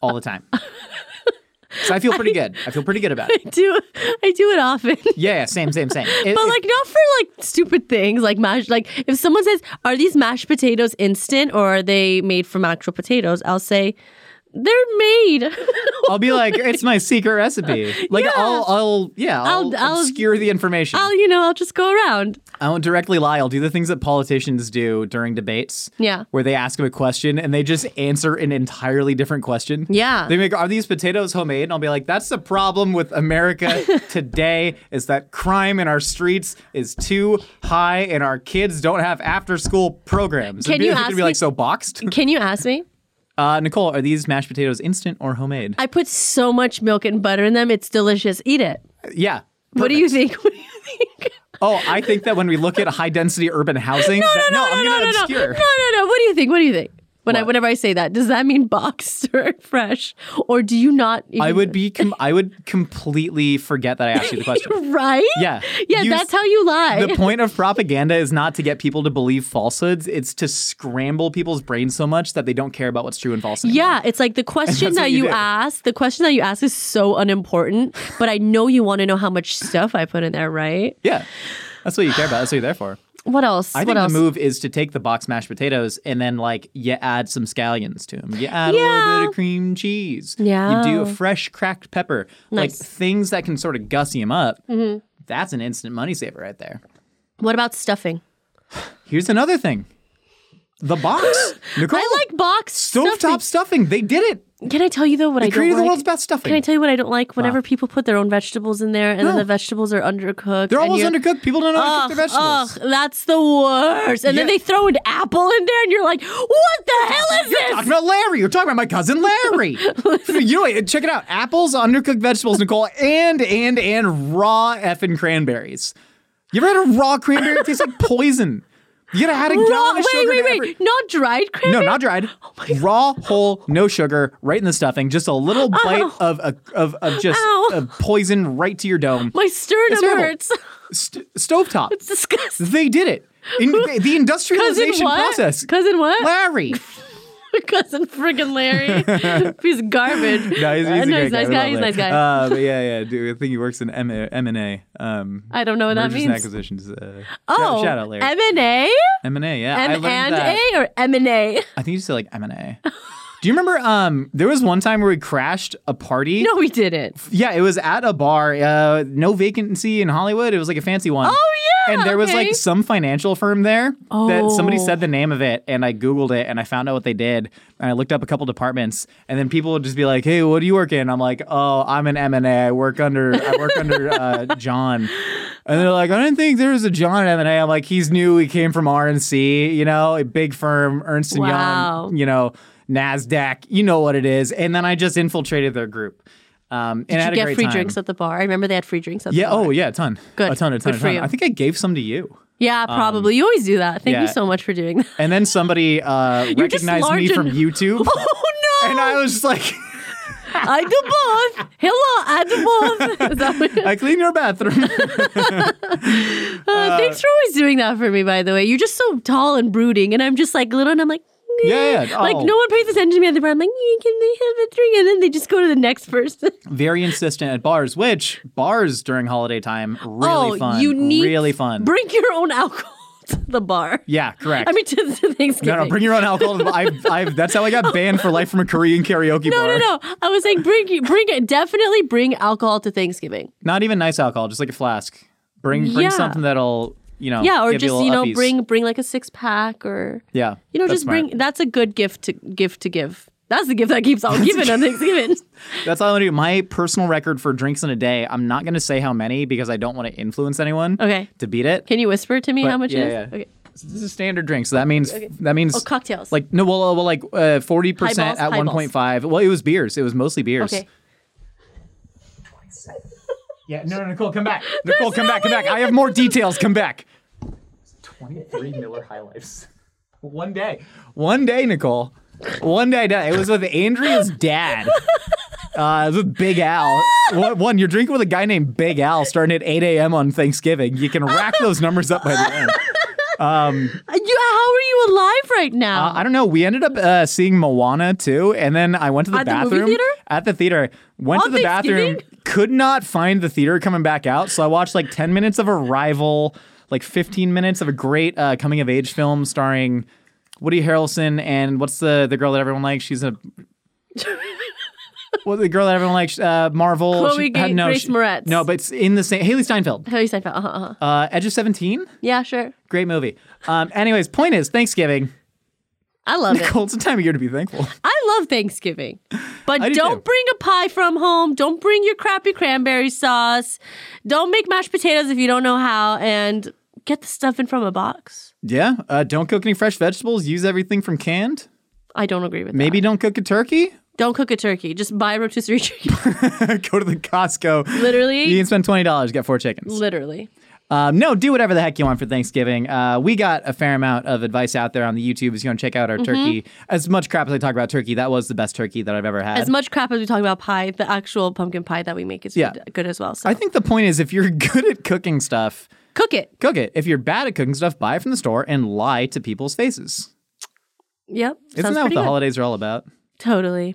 Speaker 3: all the time? So I feel pretty good. I feel pretty good about it.
Speaker 4: I do I do it often.
Speaker 3: Yeah, yeah, same, same, same. If-
Speaker 4: But
Speaker 3: if-
Speaker 4: like not for like stupid things like mash like if someone says are these mashed potatoes instant or are they made from actual potatoes I'll say they're made
Speaker 3: I'll be like, it's my secret recipe. Like I'll, I'll, yeah, I'll,
Speaker 4: I'll- I'll-
Speaker 3: obscure the information.
Speaker 4: I'll you know I'll just go around
Speaker 3: I won't directly lie. I'll do the things that politicians do during debates.
Speaker 4: Yeah.
Speaker 3: Where they ask him a question and they just answer an entirely different question.
Speaker 4: Yeah.
Speaker 3: They make, are these potatoes homemade? And I'll be like, that's the problem with America today is that crime in our streets is too high and our kids don't have after school programs.
Speaker 4: Can
Speaker 3: It'd be,
Speaker 4: you
Speaker 3: it'd
Speaker 4: ask
Speaker 3: be
Speaker 4: me-
Speaker 3: like so boxed?
Speaker 4: can you ask me
Speaker 3: Uh, Nicole, are these mashed potatoes instant or homemade?
Speaker 4: I put so much milk and butter in them it's delicious eat it
Speaker 3: yeah.
Speaker 4: what do you think what do you think
Speaker 3: Oh, I think that when we look at high density urban housing,
Speaker 4: no
Speaker 3: that-
Speaker 4: no no
Speaker 3: I'm
Speaker 4: no
Speaker 3: gonna
Speaker 4: no no no
Speaker 3: obscure.
Speaker 4: no no what do you think what do you think when I,
Speaker 3: What?
Speaker 4: whenever I say that does that mean boxed or fresh or do you not
Speaker 3: I
Speaker 4: even-
Speaker 3: would be com- I would completely forget that I asked you the question.
Speaker 4: right
Speaker 3: Yeah.
Speaker 4: yeah
Speaker 3: You s-
Speaker 4: that's how you lie
Speaker 3: The point of propaganda is not to get people to believe falsehoods, it's to scramble people's brains so much that they don't care about what's true and false. anymore.
Speaker 4: Yeah, it's like the question
Speaker 3: That's what
Speaker 4: that
Speaker 3: you
Speaker 4: you
Speaker 3: do.
Speaker 4: ask, the question that you ask is so unimportant, but I know you want to know how much stuff I put in there, right?
Speaker 3: Yeah. That's what you care about. That's what you're there for.
Speaker 4: What else?
Speaker 3: I
Speaker 4: what
Speaker 3: think
Speaker 4: else?
Speaker 3: the move is to take the box mashed potatoes and then like you add some scallions to them. You add a
Speaker 4: Yeah.
Speaker 3: little bit of cream cheese.
Speaker 4: Yeah.
Speaker 3: You do a fresh cracked pepper. Like
Speaker 4: Nice. Mm-hmm.
Speaker 3: things that can sort of gussy them up. That's an instant money saver right there.
Speaker 4: what about stuffing?
Speaker 3: Here's another thing. The box. Nicole.
Speaker 4: I like box
Speaker 3: Stovetop stuffing. They did it.
Speaker 4: stuffing. Can I tell you though what I
Speaker 3: They
Speaker 4: don't
Speaker 3: created the
Speaker 4: like?
Speaker 3: world's best stuffing.
Speaker 4: Can I tell you what I don't like? Whenever people put their own vegetables in there and then
Speaker 3: No.
Speaker 4: the vegetables are undercooked.
Speaker 3: They're
Speaker 4: and
Speaker 3: always
Speaker 4: you're-
Speaker 3: undercooked. People don't know how to cook their
Speaker 4: Ugh,
Speaker 3: vegetables.
Speaker 4: that's the worst. And then
Speaker 3: Yeah.
Speaker 4: they throw an apple in there and you're like, what the hell is
Speaker 3: You're
Speaker 4: this?
Speaker 3: talking about Larry. You're talking about my cousin Larry. you know, check it out. Apples, undercooked vegetables, Nicole, and and and raw effing cranberries. You ever had a raw cranberry? It tastes like poison. You gotta add a
Speaker 4: Raw-
Speaker 3: gallon of
Speaker 4: wait,
Speaker 3: sugar
Speaker 4: wait, Oh
Speaker 3: to
Speaker 4: wait.
Speaker 3: every-
Speaker 4: Not dried
Speaker 3: No,
Speaker 4: cranberry?
Speaker 3: not dried. Raw, whole, no sugar, right in the stuffing. Just a little bite of a, of of just
Speaker 4: Oh. Ow.
Speaker 3: of poison right to your dome.
Speaker 4: My sternum
Speaker 3: terrible.
Speaker 4: hurts.
Speaker 3: St- stovetop.
Speaker 4: it's disgusting.
Speaker 3: They did it. In, the industrialization
Speaker 4: Cousin what?
Speaker 3: process.
Speaker 4: Cousin what?
Speaker 3: Larry.
Speaker 4: Cousin friggin' Larry. he's garbage.
Speaker 3: No, he's,
Speaker 4: Uh,
Speaker 3: he's a
Speaker 4: no,
Speaker 3: great
Speaker 4: he's nice
Speaker 3: guy.
Speaker 4: guy.
Speaker 3: We
Speaker 4: He's
Speaker 3: love
Speaker 4: nice
Speaker 3: Larry.
Speaker 4: guy.
Speaker 3: Uh, but yeah, yeah. Dude, I think he works in M and A. Um,
Speaker 4: I don't know what that
Speaker 3: mergers and
Speaker 4: means.
Speaker 3: acquisitions. Uh, shout-
Speaker 4: Oh,
Speaker 3: shout out Larry.
Speaker 4: M and A,
Speaker 3: M and A. Yeah, I
Speaker 4: M
Speaker 3: learned
Speaker 4: and
Speaker 3: that.
Speaker 4: A, or M and A.
Speaker 3: I think you said like M and A. Do you remember? Um, there was one time where we crashed a party.
Speaker 4: No, we didn't.
Speaker 3: Yeah, it was at a bar. Uh, no vacancy in Hollywood. It was like a fancy one.
Speaker 4: Oh yeah.
Speaker 3: And there was
Speaker 4: okay.
Speaker 3: like some financial firm there that somebody
Speaker 4: Oh.
Speaker 3: said the name of it, and I Googled it and I found out what they did. And I looked up a couple departments, and then people would just be like, "Hey, what do you work in?" I'm like, "Oh, I'm an M and A. I work under I work under uh, John." And they're like, "I didn't think there was a John at M and A." I'm like, "He's new. He came from RNC. You know, a big firm, Ernst and
Speaker 4: Wow.
Speaker 3: Young. You know, Nasdaq. You know what it is." And then I just infiltrated their group. Um, and
Speaker 4: Did
Speaker 3: had
Speaker 4: you
Speaker 3: a
Speaker 4: get
Speaker 3: great
Speaker 4: free
Speaker 3: time.
Speaker 4: drinks at the bar? I remember they had free drinks at
Speaker 3: Yeah.
Speaker 4: the bar.
Speaker 3: Oh, yeah. A ton.
Speaker 4: Good.
Speaker 3: A ton. A ton.
Speaker 4: Good
Speaker 3: a
Speaker 4: for
Speaker 3: ton.
Speaker 4: you.
Speaker 3: I think I gave some to you.
Speaker 4: yeah, probably. you always do that. Thank
Speaker 3: um, yeah.
Speaker 4: you so much for doing that.
Speaker 3: And then somebody uh,
Speaker 4: just
Speaker 3: recognized me
Speaker 4: large
Speaker 3: from
Speaker 4: and-
Speaker 3: YouTube,
Speaker 4: Oh no!
Speaker 3: and I was just like,
Speaker 4: I do both. Hello, I do both. Is that what-
Speaker 3: "I clean your bathroom."
Speaker 4: Uh, thanks for always doing that for me, by the way. You're just so tall and brooding, and I'm just like little, and I'm like,
Speaker 3: Yeah, yeah,
Speaker 4: like
Speaker 3: oh.
Speaker 4: no one pays attention to me at the bar. I'm like, "Eh, can they have a drink? And then they just go to the next person.
Speaker 3: Very insistent at bars, which bars during holiday time really
Speaker 4: oh,
Speaker 3: fun.
Speaker 4: you need
Speaker 3: really fun.
Speaker 4: Bring your own alcohol to the bar.
Speaker 3: yeah, correct.
Speaker 4: I mean to, to Thanksgiving.
Speaker 3: no, no, bring your own alcohol. I've, I've, that's how I got banned for life from a Korean karaoke
Speaker 4: no,
Speaker 3: bar.
Speaker 4: no, no. I was like, bring you, bring it. Definitely bring alcohol to Thanksgiving.
Speaker 3: Not even nice alcohol, just like a flask. Bring, bring
Speaker 4: Yeah.
Speaker 3: something that'll, you know,
Speaker 4: yeah, or
Speaker 3: Oh, give you a
Speaker 4: just
Speaker 3: little
Speaker 4: you know,
Speaker 3: uppies.
Speaker 4: bring bring like a six pack or
Speaker 3: yeah,
Speaker 4: you know,
Speaker 3: that's
Speaker 4: just
Speaker 3: smart.
Speaker 4: bring. That's a good gift to gift to give. That's the gift that keeps on giving on Thanksgiving.
Speaker 3: That's all I want to do. My personal record for drinks in a day, I'm not going to say how many because I don't want to influence anyone
Speaker 4: Okay.
Speaker 3: to beat it.
Speaker 4: Can you whisper to me
Speaker 3: But-
Speaker 4: how much
Speaker 3: yeah,
Speaker 4: it is?
Speaker 3: yeah.
Speaker 4: Okay.
Speaker 3: This is standard drink, so that means that means
Speaker 4: Oh, cocktails.
Speaker 3: Like no, well, uh, well like forty percent
Speaker 4: Highballs,
Speaker 3: at one
Speaker 4: highballs.
Speaker 3: point five. Well, it was beers. It was mostly beers.
Speaker 4: Okay.
Speaker 3: Yeah, no, no, Nicole, come back. Nicole, come back, come back. I have more details. Come back. Twenty-three Miller High Lifes. One day, one day, Nicole. One day, it was with Andrea's dad. Uh, it was with Big Al. One, one, you're drinking with a guy named Big Al, starting at 8 a.m. on Thanksgiving. You can rack those numbers up by the end.
Speaker 4: Uh, You, how are you alive right now?
Speaker 3: Uh, I don't know. We ended up uh, seeing Moana too, and then I went to the
Speaker 4: At the movie
Speaker 3: bathroom
Speaker 4: theater?
Speaker 3: at the theater. Went
Speaker 4: On
Speaker 3: to the bathroom,
Speaker 4: Thanksgiving?
Speaker 3: could not find the theater coming back out, so I watched like ten minutes of Arrival, like fifteen minutes of a great uh, coming of age film starring Woody Harrelson and what's the the girl that everyone likes? She's a well, the girl that everyone likes, uh, Marvel.
Speaker 4: Chloe Ga- Grace
Speaker 3: she-
Speaker 4: Moretz.
Speaker 3: No, but it's in the same. Haley Steinfeld.
Speaker 4: Harry Seinfeld. Uh-huh, uh-huh.
Speaker 3: Uh, Edge of Seventeen.
Speaker 4: yeah, sure.
Speaker 3: Great movie. Um, anyways, point is Thanksgiving.
Speaker 4: I love it.
Speaker 3: Cold, it's a time of year to be thankful.
Speaker 4: I love Thanksgiving. But
Speaker 3: I do
Speaker 4: don't
Speaker 3: too.
Speaker 4: bring a pie from home. Don't bring your crappy cranberry sauce. Don't make mashed potatoes if you don't know how. And get the stuff in from a box.
Speaker 3: Yeah. Uh, don't cook any fresh vegetables. Use everything from canned.
Speaker 4: I don't agree with
Speaker 3: Maybe don't cook a turkey.
Speaker 4: that. Don't cook a turkey. Just buy a rotisserie chicken.
Speaker 3: Go to the Costco. You
Speaker 4: literally.
Speaker 3: can spend twenty dollars, get four chickens.
Speaker 4: literally.
Speaker 3: Um, no, do whatever the heck you want for Thanksgiving. Uh, we got a fair amount of advice out there on the YouTube. Is going to check out our
Speaker 4: Mm-hmm.
Speaker 3: turkey. As much crap as I talk about turkey, that was the best turkey that I've ever had.
Speaker 4: As much crap as we talk about pie, the actual pumpkin pie that we make is
Speaker 3: Yeah.
Speaker 4: good, good as well. So
Speaker 3: I think the point is, if you're good at cooking stuff,
Speaker 4: cook it.
Speaker 3: cook it. If you're bad at cooking stuff, buy it from the store and lie to people's faces.
Speaker 4: Yep.
Speaker 3: Isn't
Speaker 4: Sounds
Speaker 3: that what
Speaker 4: pretty
Speaker 3: the
Speaker 4: good.
Speaker 3: holidays are all about?
Speaker 4: Totally.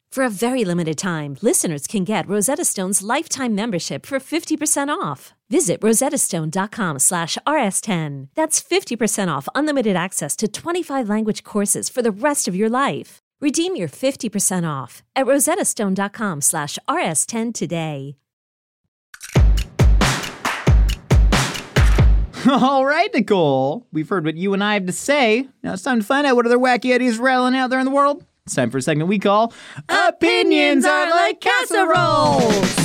Speaker 6: For a very limited time, listeners can get Rosetta Stone's lifetime membership for 50% off. Visit rosettastone.com slash rs10. That's 50% off unlimited access to 25 language courses for the rest of your life. Redeem your 50% off at rosettastone.com slash rs10 today.
Speaker 3: All right, Nicole. We've heard what you and I have to say. Now it's time to find out what other wacky ideas are rattling out there in the world. It's time for a segment we call Opinions Are Like Casseroles.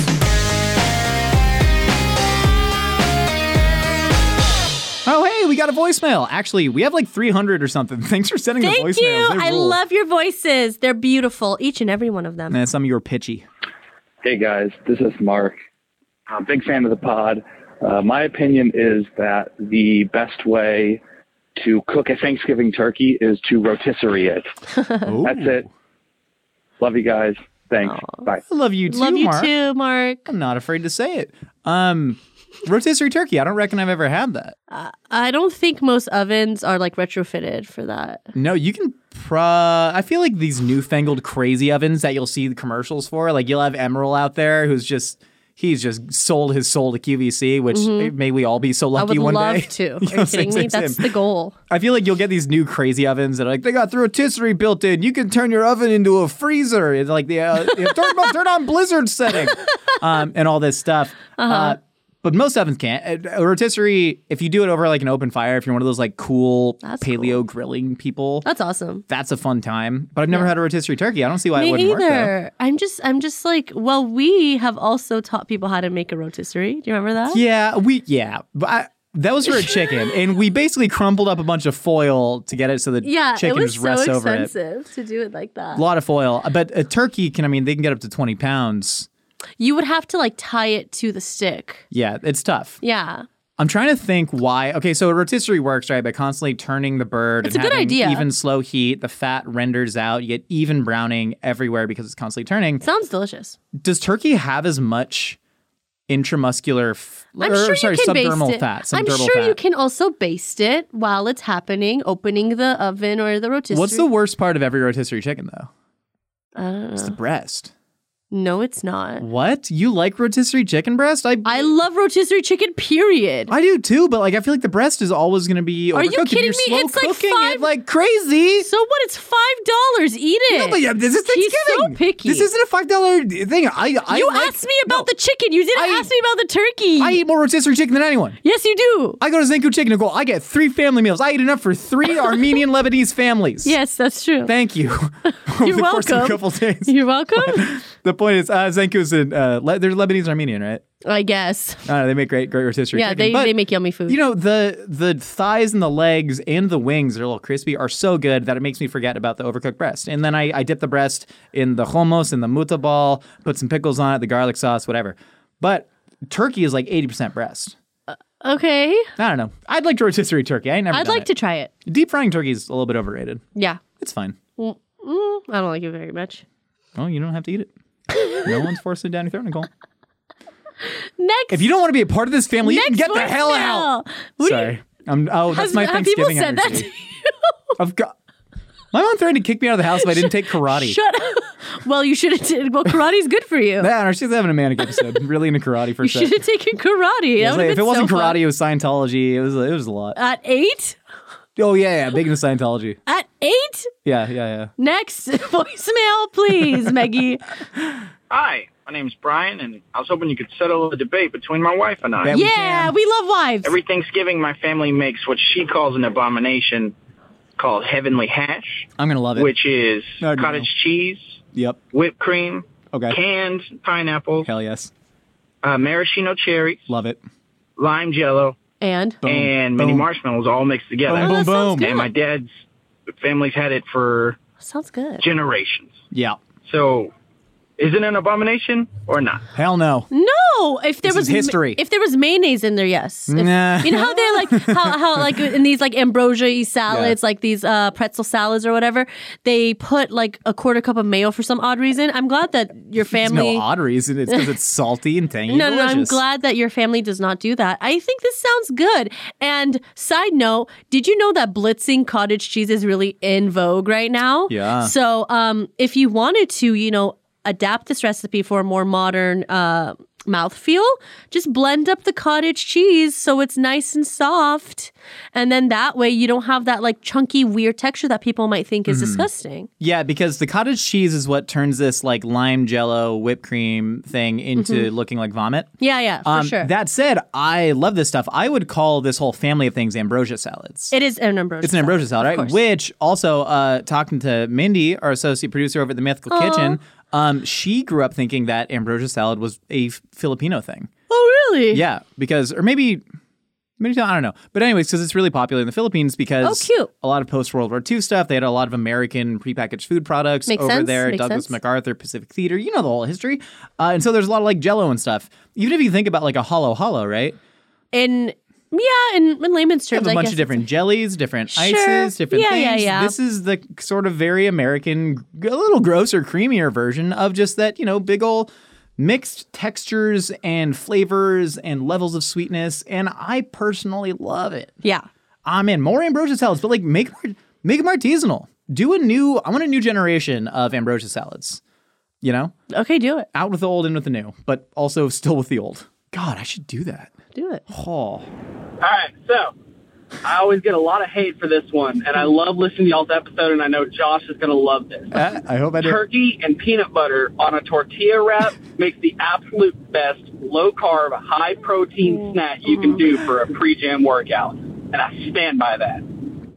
Speaker 3: Oh, hey, we got a voicemail. Actually, we have like 300 or something. Thanks for sending the voicemails.
Speaker 4: Thank you.
Speaker 3: They
Speaker 4: I
Speaker 3: rule.
Speaker 4: love your voices. They're beautiful, each and every one of them.
Speaker 3: And some of you are pitchy.
Speaker 7: Hey guys, this is Mark. I'm a big fan of the pod. Uh, my opinion is that the best way to cook a Thanksgiving turkey is to rotisserie it. That's
Speaker 3: Hmm.
Speaker 7: it. Love you guys. Thanks. Bye.
Speaker 3: I love you too,
Speaker 4: Love you
Speaker 3: Mark.
Speaker 4: too, Mark.
Speaker 3: I'm not afraid to say it. Um, rotisserie turkey. I don't reckon I've ever had that.
Speaker 4: I don't think most ovens are like retrofitted for that.
Speaker 3: No, you can. Pro- I feel like these newfangled crazy ovens that you'll see the commercials for. Like you'll have Emeril out there who's just he's just sold his soul to QVC, which may we all be so
Speaker 4: Mm-hmm. I
Speaker 3: lucky
Speaker 4: would
Speaker 3: one
Speaker 4: love
Speaker 3: day.
Speaker 4: to. Are
Speaker 3: You
Speaker 4: you
Speaker 3: know,
Speaker 4: kidding
Speaker 3: same, same,
Speaker 4: me? That's
Speaker 3: same.
Speaker 4: the goal.
Speaker 3: I feel like you'll get these new crazy ovens that are like they got the rotisserie built in. You can turn your oven into a freezer. It's like the uh, you know, turn, on- turn on Blizzard setting um, and all this stuff. uh
Speaker 4: Uh-huh.
Speaker 3: but most ovens can't. A a rotisserie, if you do it over like an open fire, if you're one of those like cool
Speaker 4: That's
Speaker 3: paleo grilling people,
Speaker 4: That's awesome.
Speaker 3: that's a fun time. But I've never had a rotisserie turkey. I don't see why it
Speaker 4: Me
Speaker 3: wouldn't work.
Speaker 4: either. I'm just I'm just like, well, we have also taught people how to make a rotisserie. Do you remember that?
Speaker 3: Though. Yeah, we yeah, but I, that was for a chicken, and we basically crumpled up a bunch of foil to get it so the
Speaker 4: Yeah, it
Speaker 3: chicken
Speaker 4: was
Speaker 3: just
Speaker 4: so
Speaker 3: rests over it.
Speaker 4: expensive to do it like that.
Speaker 3: A lot of foil, uh, but a turkey can. I mean, they can get up to twenty pounds.
Speaker 4: You would have to like tie it to the stick.
Speaker 3: Yeah, it's tough.
Speaker 4: Yeah.
Speaker 3: I'm trying to think why. Okay, so a rotisserie works right by constantly turning the bird.
Speaker 4: It's
Speaker 3: and
Speaker 4: a good
Speaker 3: having
Speaker 4: idea.
Speaker 3: Even slow heat, the fat renders out. You get even browning everywhere because it's constantly turning.
Speaker 4: Sounds delicious.
Speaker 3: Does turkey have as much intramuscular, f-
Speaker 4: I'm
Speaker 3: or,
Speaker 4: sure
Speaker 3: sorry,
Speaker 4: you can
Speaker 3: subdermal
Speaker 4: baste it.
Speaker 3: fat.
Speaker 4: I'm
Speaker 3: subdermal
Speaker 4: sure
Speaker 3: fat.
Speaker 4: you can also baste it while it's happening, opening the oven or the rotisserie.
Speaker 3: What's the worst part of every rotisserie chicken, though?
Speaker 4: I don't
Speaker 3: It's
Speaker 4: know.
Speaker 3: the breast.
Speaker 4: No, it's not.
Speaker 3: What? You like rotisserie chicken breast? I, I
Speaker 4: I love rotisserie chicken. Period.
Speaker 3: do too, but like I feel like the breast is always going to be overcooked.
Speaker 4: Are you
Speaker 3: If
Speaker 4: kidding
Speaker 3: you're
Speaker 4: me?
Speaker 3: Slow
Speaker 4: It's like
Speaker 3: cooking it
Speaker 4: five-
Speaker 3: like crazy.
Speaker 4: so what? It's five dollars. Eat it.
Speaker 3: No, but yeah, this is
Speaker 4: He's so
Speaker 3: Thanksgiving.
Speaker 4: picky.
Speaker 3: This isn't a five dollar thing. I, I
Speaker 4: you
Speaker 3: like-
Speaker 4: asked me about
Speaker 3: No,
Speaker 4: the chicken. You didn't
Speaker 3: I-
Speaker 4: ask me about the turkey.
Speaker 3: I eat more rotisserie chicken than anyone.
Speaker 4: yes, you do.
Speaker 3: I go to Zenku Chicken and go. I get three family meals. I eat enough for three Armenian Lebanese families.
Speaker 4: yes, that's true.
Speaker 3: Thank you. Over
Speaker 4: You're
Speaker 3: the course of a
Speaker 4: welcome.
Speaker 3: couple days.
Speaker 4: You're welcome.
Speaker 3: The point is, uh, Zenku's in, uh, Le- they're Lebanese and Armenian, right?
Speaker 4: I guess.
Speaker 3: Uh, they make great, great rotisserie
Speaker 4: Yeah,
Speaker 3: chicken.
Speaker 4: they,
Speaker 3: but,
Speaker 4: they make yummy food.
Speaker 3: You know the the thighs and the legs and the wings that are a little crispy are so good that it makes me forget about the overcooked breast. And then I, I dip the breast in the hummus and the muta ball, put some pickles on it, the garlic sauce, whatever. But turkey is like eighty percent breast.
Speaker 4: okay.
Speaker 3: I don't know. I'd like to rotisserie turkey. I ain't never.
Speaker 4: I'd
Speaker 3: done
Speaker 4: like
Speaker 3: it.
Speaker 4: to try it.
Speaker 3: Deep frying turkey is a little bit overrated.
Speaker 4: Yeah.
Speaker 3: It's fine.
Speaker 4: Mm, I don't like it very much.
Speaker 3: Well, you don't have to eat it. No one's forcing it down your throat, Nicole.
Speaker 4: Next.
Speaker 3: If you don't want to be a part of this family, you
Speaker 4: next
Speaker 3: can get the hell out.
Speaker 4: voicemail. What do you-
Speaker 3: Sorry. I'm, oh, that's
Speaker 4: Has-
Speaker 3: my
Speaker 4: have people
Speaker 3: Thanksgiving
Speaker 4: said that
Speaker 3: energy.
Speaker 4: to you?
Speaker 3: I've got. My mom threatened to kick me out of the house if I didn't take karate.
Speaker 4: Shut up. Well, you should have. Did, well, karate's good for you.
Speaker 3: Yeah, she's having a manic episode. Really into karate for a
Speaker 4: you should
Speaker 3: second.
Speaker 4: have taken karate.
Speaker 3: It's
Speaker 4: That
Speaker 3: like,
Speaker 4: would have
Speaker 3: if
Speaker 4: been
Speaker 3: it wasn't
Speaker 4: so
Speaker 3: karate,
Speaker 4: fun.
Speaker 3: it was Scientology. It was it was a lot.
Speaker 4: At eight?
Speaker 3: Oh yeah, yeah, big into Scientology.
Speaker 4: At eight?
Speaker 3: Yeah, yeah, yeah.
Speaker 4: Next voicemail, please, Meggie.
Speaker 8: Hi, my name's Brian, and I was hoping you could settle the debate between my wife and I.
Speaker 3: That we
Speaker 4: yeah,
Speaker 3: can.
Speaker 4: we love wives.
Speaker 8: Every Thanksgiving, my family makes what she calls an abomination called heavenly hash,
Speaker 3: I'm gonna love it.
Speaker 8: which is
Speaker 3: No, no.
Speaker 8: cottage cheese,
Speaker 3: Yep.
Speaker 8: whipped cream,
Speaker 3: Okay.
Speaker 8: canned pineapple,
Speaker 3: Hell yes.
Speaker 8: uh, maraschino cherries,
Speaker 3: Love it.
Speaker 8: lime jello,
Speaker 4: and
Speaker 3: Boom.
Speaker 8: and mini
Speaker 3: boom.
Speaker 8: marshmallows all mixed together.
Speaker 3: Boom,
Speaker 4: Oh,
Speaker 3: boom,
Speaker 4: that sounds
Speaker 3: boom.
Speaker 4: good.
Speaker 8: And my dad's family's had it for
Speaker 4: sounds good.
Speaker 8: generations.
Speaker 3: Yeah.
Speaker 8: So, is it an abomination or not?
Speaker 3: Hell no.
Speaker 4: No, if there
Speaker 3: This
Speaker 4: was
Speaker 3: is history.
Speaker 4: if there was mayonnaise in there, yes. If-
Speaker 3: Nah.
Speaker 4: You know how they're like how, how like in these like ambrosia salads, like these uh, pretzel salads or whatever, they put like a quarter cup of mayo for some odd reason. I'm glad that your
Speaker 3: There's
Speaker 4: family.
Speaker 3: no odd reason. It's because it's salty and tangy. and
Speaker 4: No, no, no, I'm
Speaker 3: delicious.
Speaker 4: glad that your family does not do that. I think this sounds good. And side note, did you know that blitzing cottage cheese is really in vogue right now?
Speaker 3: Yeah.
Speaker 4: So, um, if you wanted to, you know, adapt this recipe for a more modern uh, mouthfeel, just blend up the cottage cheese so it's nice and soft, and then that way you don't have that like chunky, weird texture that people might think
Speaker 3: Mm-hmm.
Speaker 4: is disgusting.
Speaker 3: Yeah, because the cottage cheese is what turns this like lime jello whipped cream thing into
Speaker 4: Mm-hmm.
Speaker 3: looking like vomit.
Speaker 4: Yeah, yeah, for sure.
Speaker 3: Um, That said, I love this stuff. I would call this whole family of things ambrosia salads.
Speaker 4: it is an ambrosia.
Speaker 3: it's an ambrosia salad, right?
Speaker 4: course.
Speaker 3: Which also, uh, talking to Mindy, our associate producer over at the Mythical Kitchen, um, she grew up thinking that ambrosia salad was a Filipino thing.
Speaker 4: Oh, really?
Speaker 3: Yeah, because or maybe maybe I don't know. But anyways, because it's really popular in the Philippines because
Speaker 4: Oh, cute.
Speaker 3: a lot of post World War II stuff. They had a lot of American prepackaged food products
Speaker 4: Makes
Speaker 3: over
Speaker 4: sense,
Speaker 3: there.
Speaker 4: makes
Speaker 3: Douglas
Speaker 4: sense.
Speaker 3: MacArthur, Pacific Theater. You know the whole history. Uh, and so there's a lot of like Jello and stuff. Even if you think about like a hollow hollow, right?
Speaker 4: In yeah, in, in layman's
Speaker 3: You have
Speaker 4: terms,
Speaker 3: a
Speaker 4: I
Speaker 3: bunch of
Speaker 4: guess it's-
Speaker 3: different jellies, different
Speaker 4: Sure.
Speaker 3: ices, different
Speaker 4: Yeah,
Speaker 3: things.
Speaker 4: yeah, yeah.
Speaker 3: This is the sort of very American, a little grosser, creamier version of just that, you know, big ol' mixed textures and flavors and levels of sweetness. And I personally love it.
Speaker 4: Yeah.
Speaker 3: I'm in more ambrosia salads, but like make more, make them artisanal. Do a new. I want a new generation of ambrosia salads. You know,
Speaker 4: Okay, do it.
Speaker 3: out with the old, in with the new, but also still with the old. God, I should do that.
Speaker 4: Do it.
Speaker 3: Oh,
Speaker 9: All right, so I always get a lot of hate for this one, and I love listening to y'all's episode, and I know Josh is going to love this.
Speaker 3: Uh, I I hope I do.
Speaker 9: Turkey and peanut butter on a tortilla wrap makes the absolute best low carb, high protein snack you can do for a pre jam workout, and I stand by that.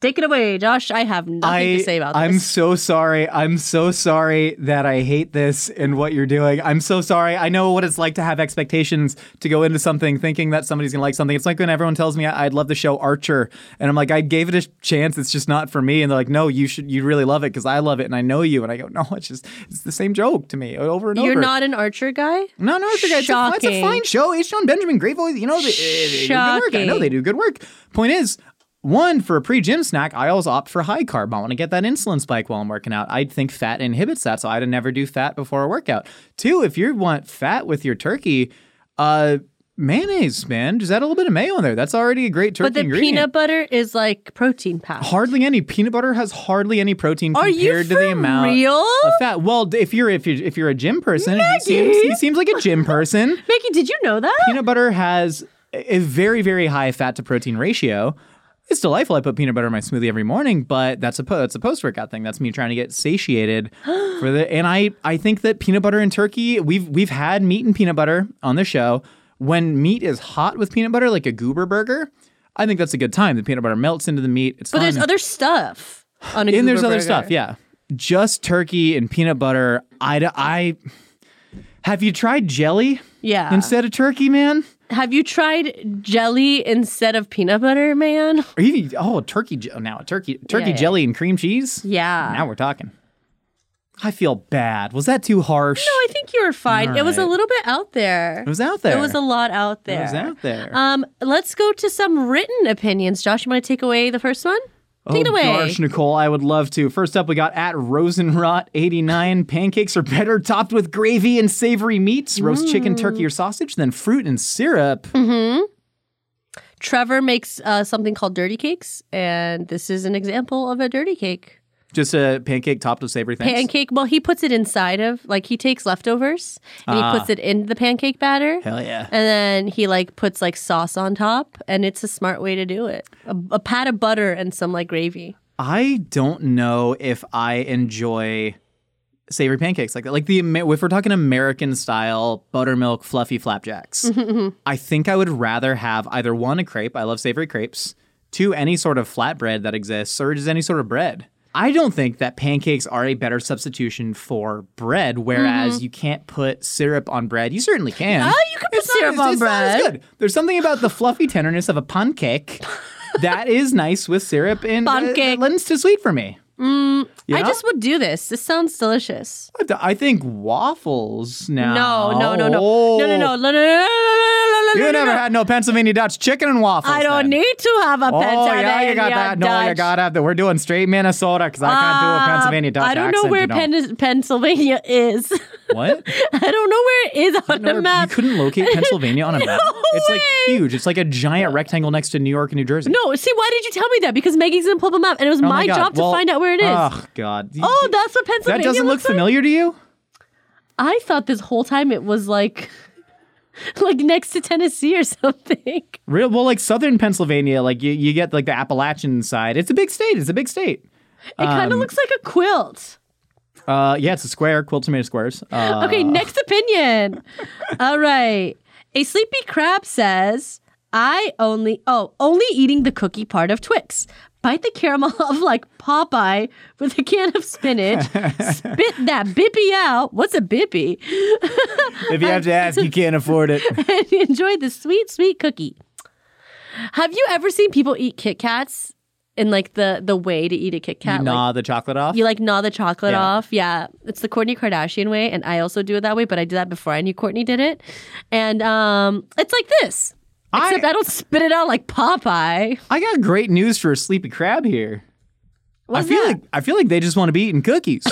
Speaker 4: Take it away, Josh. I have nothing to say about
Speaker 3: I'm
Speaker 4: this.
Speaker 3: so sorry. I'm so sorry that I hate this and what you're doing. I'm so sorry. I know what it's like to have expectations to go into something thinking that somebody's gonna like something. It's like when everyone tells me I- I'd love the show Archer, and I'm like, I gave it a chance. It's just not for me. And they're like, No, you should. You really love it because I love it and I know you. And I go, No, it's just it's the same joke to me over and
Speaker 4: You're
Speaker 3: over.
Speaker 4: not an Archer guy?
Speaker 3: No, no, it's a, it's a, it's a
Speaker 4: Shocking.
Speaker 3: fine show. H. John Benjamin, great voice. You know, they, they do good work. I know
Speaker 4: Shocking.
Speaker 3: they do good work. Point is, one, for a pre gym snack, I always opt for high carb. I want to get that insulin spike while I'm working out. I think fat inhibits that, so I'd never do fat before a workout. Two, if you want fat with your turkey, Uh, mayonnaise, man. Just add a little bit of mayo in there. That's already a great turkey
Speaker 4: But the
Speaker 3: ingredient.
Speaker 4: peanut butter is like protein packed.
Speaker 3: hardly any peanut butter has hardly any protein
Speaker 4: Are you
Speaker 3: compared to the
Speaker 4: for
Speaker 3: amount
Speaker 4: real?
Speaker 3: of fat. Well, d- if you're if you are if you're a gym person, he seems he seems like a gym person.
Speaker 4: Mickey, did you know that?
Speaker 3: peanut butter has a a very very high fat to protein ratio. It's delightful. I put peanut butter in my smoothie every morning, but that's a po- that's a post workout thing. That's me trying to get satiated for the. And I I think that peanut butter and turkey. We've we've had meat and peanut butter on the show. When meat is hot with peanut butter, like a goober burger, I think that's a good time. The peanut butter melts into the meat. It's
Speaker 4: but
Speaker 3: fun.
Speaker 4: there's other stuff on a
Speaker 3: and there's
Speaker 4: Goober
Speaker 3: other
Speaker 4: burger.
Speaker 3: stuff. Yeah, just turkey and peanut butter. I d- I have you tried jelly
Speaker 4: Yeah.
Speaker 3: instead of turkey, man?
Speaker 4: Have you tried jelly instead of peanut butter, man?
Speaker 3: Or even oh, turkey je- now a turkey turkey
Speaker 4: Yeah, yeah.
Speaker 3: jelly and cream cheese.
Speaker 4: Yeah.
Speaker 3: Now we're talking. I feel bad. Was that too harsh?
Speaker 4: No, Oh, I think you were fine. It was a
Speaker 3: Alright.
Speaker 4: little bit out there.
Speaker 3: it was out there.
Speaker 4: It was a lot out
Speaker 3: It
Speaker 4: there.
Speaker 3: was out there.
Speaker 4: Um, let's go to some written opinions. Josh, you want to take away the first one? Take it
Speaker 3: oh,
Speaker 4: away.
Speaker 3: Gosh, Nicole, I would love to. First up, we got at Rosenrot89. Pancakes are better topped with gravy and savory meats, roast chicken,
Speaker 4: Mm.
Speaker 3: turkey, or sausage, than fruit and syrup.
Speaker 4: Trevor makes uh, something called dirty cakes, and this is an example of a dirty cake.
Speaker 3: Just a pancake topped with savory things.
Speaker 4: Pancake. Well, he puts it inside of like he takes leftovers and he puts it in the pancake batter.
Speaker 3: Hell yeah.
Speaker 4: And then he like puts like sauce on top, and it's a smart way to do it. A, a pat of butter and some like gravy.
Speaker 3: I don't know if I enjoy savory pancakes like that. Like the Amer- if we're talking American style buttermilk fluffy flapjacks, I think I would rather have either one a crepe. I love savory crepes. Two, any sort of flatbread that exists, or just any sort of bread. I don't think that pancakes are a better substitution for bread. Whereas you can't put syrup on bread, you certainly can.
Speaker 4: Mm-hmm. Oh, you can put
Speaker 3: It's not-
Speaker 4: syrup
Speaker 3: it's-
Speaker 4: on
Speaker 3: it's not as
Speaker 4: bread.
Speaker 3: good. There's something about the fluffy tenderness of a pancake that is nice with syrup and uh,
Speaker 4: Pancake. Mm,
Speaker 3: lends to sweet for me. You
Speaker 4: I
Speaker 3: know?
Speaker 4: just would do this. This sounds delicious.
Speaker 3: I think waffles now.
Speaker 4: No, no, no, no, no, no, no, no, no, no, no, no, no, no,
Speaker 3: Oh. You
Speaker 4: no,
Speaker 3: never
Speaker 4: no.
Speaker 3: had no Pennsylvania Dutch chicken and waffles.
Speaker 4: I don't
Speaker 3: then.
Speaker 4: need to have a
Speaker 3: Oh
Speaker 4: Pennsylvania
Speaker 3: yeah, you got that. No, you
Speaker 4: Dutch.
Speaker 3: got that. We're doing straight Minnesota because I can't do a
Speaker 4: Uh,
Speaker 3: Pennsylvania Dutch
Speaker 4: I don't know
Speaker 3: accent,
Speaker 4: where
Speaker 3: you know.
Speaker 4: Pen- Pennsylvania is.
Speaker 3: What?
Speaker 4: I don't know where it is on
Speaker 3: Never-
Speaker 4: the map.
Speaker 3: You couldn't locate Pennsylvania on a map. It's like
Speaker 4: way.
Speaker 3: huge. It's like a giant rectangle next to New York and New Jersey.
Speaker 4: No, see, why did you tell me that? Because Maggie's gonna pull them up, and it was
Speaker 3: Oh
Speaker 4: my,
Speaker 3: God.
Speaker 4: job to
Speaker 3: Well,
Speaker 4: find out where it is.
Speaker 3: Oh God.
Speaker 4: oh, that's what Pennsylvania
Speaker 3: that doesn't look
Speaker 4: looks like?
Speaker 3: familiar to you.
Speaker 4: I thought this whole time it was like, like next to Tennessee or something.
Speaker 3: Real well, like southern Pennsylvania, like you, you get like the Appalachian side. It's a big state. It's a big state.
Speaker 4: It kind of
Speaker 3: Um,
Speaker 4: looks like a quilt.
Speaker 3: Uh, yeah, it's a square, quilted made of squares. Uh,
Speaker 4: Okay, next opinion. All right. A sleepy crab says, I only, oh, only eating the cookie part of Twix. Bite the caramel of like Popeye with a can of spinach. spit that bippy out. What's a bippy?
Speaker 3: if you have to ask, you can't afford it.
Speaker 4: and enjoy the sweet, sweet cookie. Have you ever seen people eat Kit Kats and like the the way to eat a Kit Kat?
Speaker 3: you
Speaker 4: like,
Speaker 3: gnaw the chocolate off.
Speaker 4: you like gnaw the chocolate
Speaker 3: Yeah.
Speaker 4: off. Yeah. It's the Courtney Kardashian way, and I also do it that way, but I did that before I knew Courtney did it. And um it's like this. Except I, don't spit it out like Popeye.
Speaker 3: I got great news for a sleepy crab here.
Speaker 4: What's
Speaker 3: I feel
Speaker 4: that?
Speaker 3: like I feel like they just want to be eating cookies.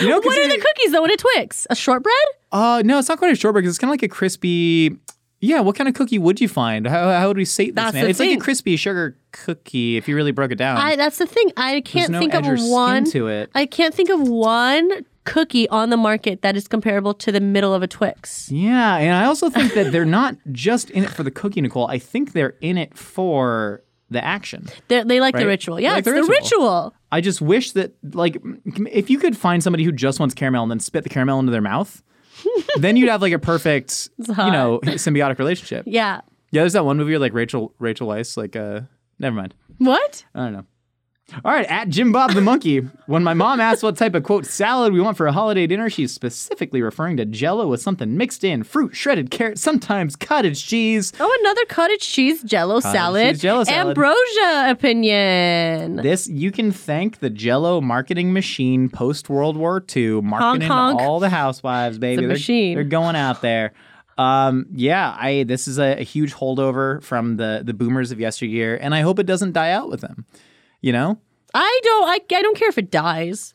Speaker 3: you know, 'cause
Speaker 4: what are
Speaker 3: it-
Speaker 4: the cookies though in a Twix? A shortbread?
Speaker 3: Uh, no, it's not quite a shortbread. 'cause It's kind of like a crispy. Yeah, what kind of cookie would you find? How, how would we sate this,
Speaker 4: That's
Speaker 3: man?
Speaker 4: the
Speaker 3: It's like
Speaker 4: thing.
Speaker 3: a crispy sugar cookie if you really broke it down.
Speaker 4: I that's the thing. I
Speaker 3: Um, There's
Speaker 4: can't
Speaker 3: no
Speaker 4: think
Speaker 3: edge or
Speaker 4: of
Speaker 3: skin
Speaker 4: one
Speaker 3: to it.
Speaker 4: I can't think of one cookie on the market that is comparable to the middle of a Twix.
Speaker 3: Yeah, and I also think that they're not just in it for the cookie, Nicole. I think they're in it for the action.
Speaker 4: They're, they like the
Speaker 3: Right?
Speaker 4: ritual. Yeah,
Speaker 3: Like
Speaker 4: it's
Speaker 3: the
Speaker 4: the ritual.
Speaker 3: I just wish that, like, if you could find somebody who just wants caramel and then spit the caramel into their mouth, then you'd have like a perfect, you
Speaker 4: hot.
Speaker 3: know, symbiotic relationship.
Speaker 4: Yeah.
Speaker 3: Yeah, there's that one movie where like Rachel Rachel Weisz, like, uh, never mind.
Speaker 4: What?
Speaker 3: I don't know. All right, at Jim Bob the Monkey. When my mom asked what type of quote salad we want for a holiday dinner, she's specifically referring to jello with something mixed in fruit, shredded carrot, sometimes cottage cheese.
Speaker 4: Oh, another cottage cheese jello salad.
Speaker 3: cheese Jell-O salad.
Speaker 4: Ambrosia opinion.
Speaker 3: This you can thank the Jello marketing machine post World War II, marketing
Speaker 4: honk.
Speaker 3: all the housewives, baby. They're-
Speaker 4: machine.
Speaker 3: They're, going out there. Um, yeah, I this is a, a huge holdover from the the boomers of yesteryear, and I hope it doesn't die out with them. You know,
Speaker 4: I don't I, I don't care if it dies.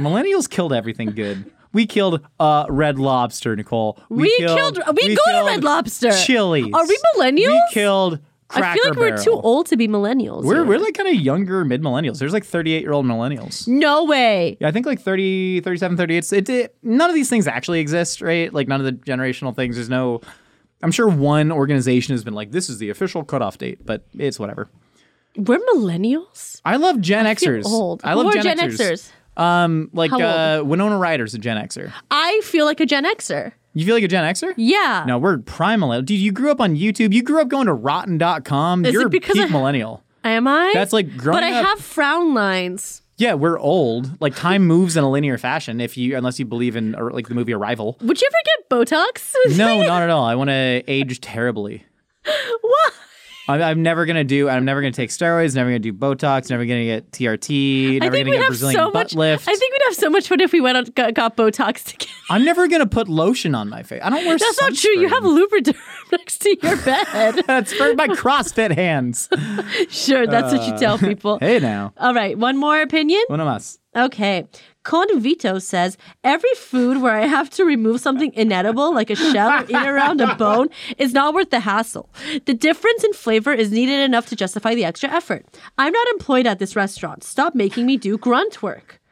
Speaker 3: millennials killed everything good. We killed uh, Red Lobster, Nicole.
Speaker 4: We killed- we go to
Speaker 3: killed
Speaker 4: Red Lobster.
Speaker 3: Chili's.
Speaker 4: Are we
Speaker 3: We
Speaker 4: millennials?
Speaker 3: killed. Cracker
Speaker 4: I feel like we're
Speaker 3: Barrel.
Speaker 4: too old to be millennials.
Speaker 3: We're,
Speaker 4: here.
Speaker 3: we're like kind of younger mid millennials. There's like 38 year old millennials.
Speaker 4: no way.
Speaker 3: Yeah, I think like 30, 37, 38. It's- It, it, none of these things actually exist, right? Like none of the generational things. There's no. I'm sure one organization has been like, this is the official cutoff date, but it's whatever.
Speaker 4: We're millennials.
Speaker 3: I love Gen Xers.
Speaker 4: Feel old.
Speaker 3: I love
Speaker 4: We're
Speaker 3: Gen, Xers. Um, like
Speaker 4: How
Speaker 3: uh, Winona Ryder's a Gen Xer.
Speaker 4: I feel like a Gen Xer.
Speaker 3: You feel like a Gen Xer?
Speaker 4: Yeah.
Speaker 3: No, we're prime millennial. Dude, you grew up on YouTube. You grew up going to rotten.com.
Speaker 4: Is it
Speaker 3: You're
Speaker 4: because
Speaker 3: peak
Speaker 4: I-
Speaker 3: millennial.
Speaker 4: Am I?
Speaker 3: That's like growing
Speaker 4: But I
Speaker 3: up-
Speaker 4: have frown lines.
Speaker 3: Yeah, we're old. Like time moves in a linear fashion if you unless you believe in or, like the movie Arrival.
Speaker 4: Would you ever get Botox?
Speaker 3: No, not at all. I want to age terribly.
Speaker 4: what?
Speaker 3: I'm, I'm never gonna do. I'm never gonna take steroids. Never gonna do Botox. Never gonna get TRT.
Speaker 4: I
Speaker 3: Never
Speaker 4: think
Speaker 3: gonna
Speaker 4: we'd
Speaker 3: get
Speaker 4: have
Speaker 3: Brazilian
Speaker 4: so
Speaker 3: butt
Speaker 4: much.
Speaker 3: lift.
Speaker 4: I think we'd have so much fun if we went out got, got Botox together.
Speaker 3: I'm never gonna put lotion on my face. I don't wear.
Speaker 4: That's not true. You have
Speaker 3: sunscreen.
Speaker 4: Lubriderm next to your bed.
Speaker 3: That's for my CrossFit hands.
Speaker 4: sure, that's what you tell people.
Speaker 3: Uh, Hey now,
Speaker 4: All right, one more opinion.
Speaker 3: one of us.
Speaker 4: Okay. Convito says every food where I have to remove something inedible, like a shell, or eat around a bone, is not worth the hassle. The difference in flavor is needed enough to justify the extra effort. I'm not employed at this restaurant. Stop making me do grunt work.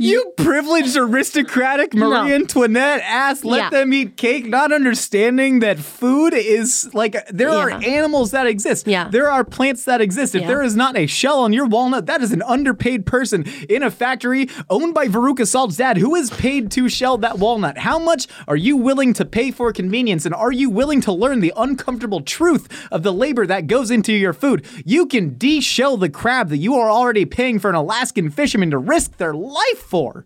Speaker 3: You privileged aristocratic Marie
Speaker 4: No.
Speaker 3: Antoinette ass, let
Speaker 4: Yeah.
Speaker 3: them eat cake, not understanding that food is like there are
Speaker 4: Yeah.
Speaker 3: animals that exist.
Speaker 4: Yeah.
Speaker 3: There are plants that exist. If
Speaker 4: Yeah.
Speaker 3: there is not a shell on your walnut, that is an underpaid person in a factory owned by Veruca Salt's dad who is paid to shell that walnut. How much are you willing to pay for convenience and are you willing to learn the uncomfortable truth of the labor that goes into your food? You can de-shell the crab that you are already paying for an Alaskan fisherman to risk their life for.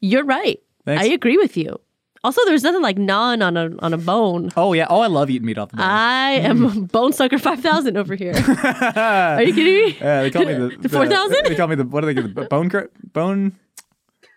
Speaker 4: You're right.
Speaker 3: Thanks.
Speaker 4: I agree with you. Also, there's nothing like gnawing on a on a bone.
Speaker 3: Oh yeah. Oh, I love eating meat off the bone.
Speaker 4: I am
Speaker 3: Mm.
Speaker 4: a bone sucker five thousand over here. Are you kidding me?
Speaker 3: yeah, they call me the,
Speaker 4: the 4,000?
Speaker 3: They call me the what do they get? The b- bone cra- bone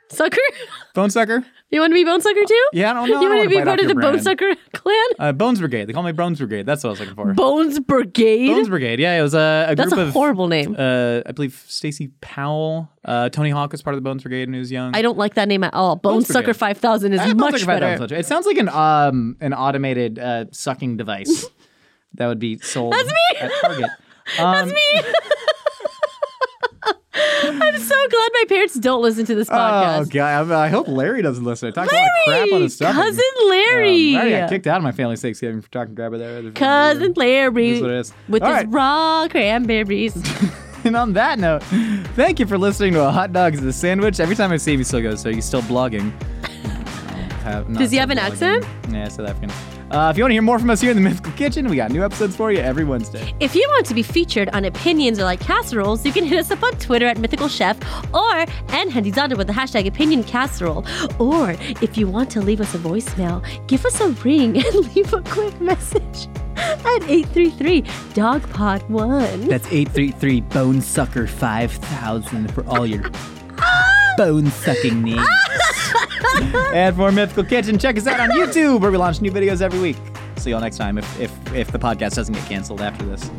Speaker 4: Sucker?
Speaker 3: bone sucker.
Speaker 4: You want to be bone sucker too?
Speaker 3: Yeah, I don't know.
Speaker 4: You
Speaker 3: I don't
Speaker 4: want to be
Speaker 3: wanna bite off
Speaker 4: part of
Speaker 3: your
Speaker 4: the bone
Speaker 3: brand.
Speaker 4: sucker clan?
Speaker 3: Uh, bones brigade. They call me bones brigade. That's what I was looking for.
Speaker 4: Bones Brigade.
Speaker 3: bones brigade. Yeah, it was a, a
Speaker 4: That's
Speaker 3: group
Speaker 4: a
Speaker 3: of
Speaker 4: horrible name.
Speaker 3: Uh, I believe Stacy Powell, uh, Tony Hawk was part of the Bones Brigade when he was young. Uh,
Speaker 4: I don't like that name at all. Bone
Speaker 3: Brigade.
Speaker 4: Sucker 5000 is
Speaker 3: Eh, Bones
Speaker 4: much
Speaker 3: Brigade, that
Speaker 4: better.
Speaker 3: was much- It sounds like an um an automated uh, sucking device that would be sold. That's
Speaker 4: me!
Speaker 3: At Target. That's me.
Speaker 4: I'm so glad my parents don't listen to this
Speaker 3: Oh
Speaker 4: podcast.
Speaker 3: god! I'm- I hope Larry doesn't listen. I talked a lot of crap on his stuff.
Speaker 4: Cousin
Speaker 3: Um,
Speaker 4: Larry.
Speaker 3: I already got kicked out of my family's Thanksgiving for talking crap at their other
Speaker 4: Cousin Larry.
Speaker 3: It is what it is.
Speaker 4: With
Speaker 3: All
Speaker 4: his
Speaker 3: right.
Speaker 4: raw cranberries.
Speaker 3: And on that note, thank you for listening to a hot dog is a sandwich. Every time I see him, he still goes, "So you still blogging?" Have- not
Speaker 4: Does he
Speaker 3: still
Speaker 4: have an
Speaker 3: blogging.
Speaker 4: accent?
Speaker 3: Yeah, South African. Uh, if you want to hear more from us here in the Mythical Kitchen, we got new episodes for you every Wednesday.
Speaker 4: If you want to be featured on opinions or like casseroles, you can hit us up on Twitter at Mythical Chef or Handizada with the hashtag opinion casserole. Or if you want to leave us a voicemail, give us a ring and leave a quick message at 833 DogPod 1.
Speaker 3: That's eight three three Bone Sucker five thousand for all your bone sucking needs. and for Mythical Kitchen, check us out on YouTube where we launch new videos every week. See y'all next time if if, if the podcast doesn't get canceled after this.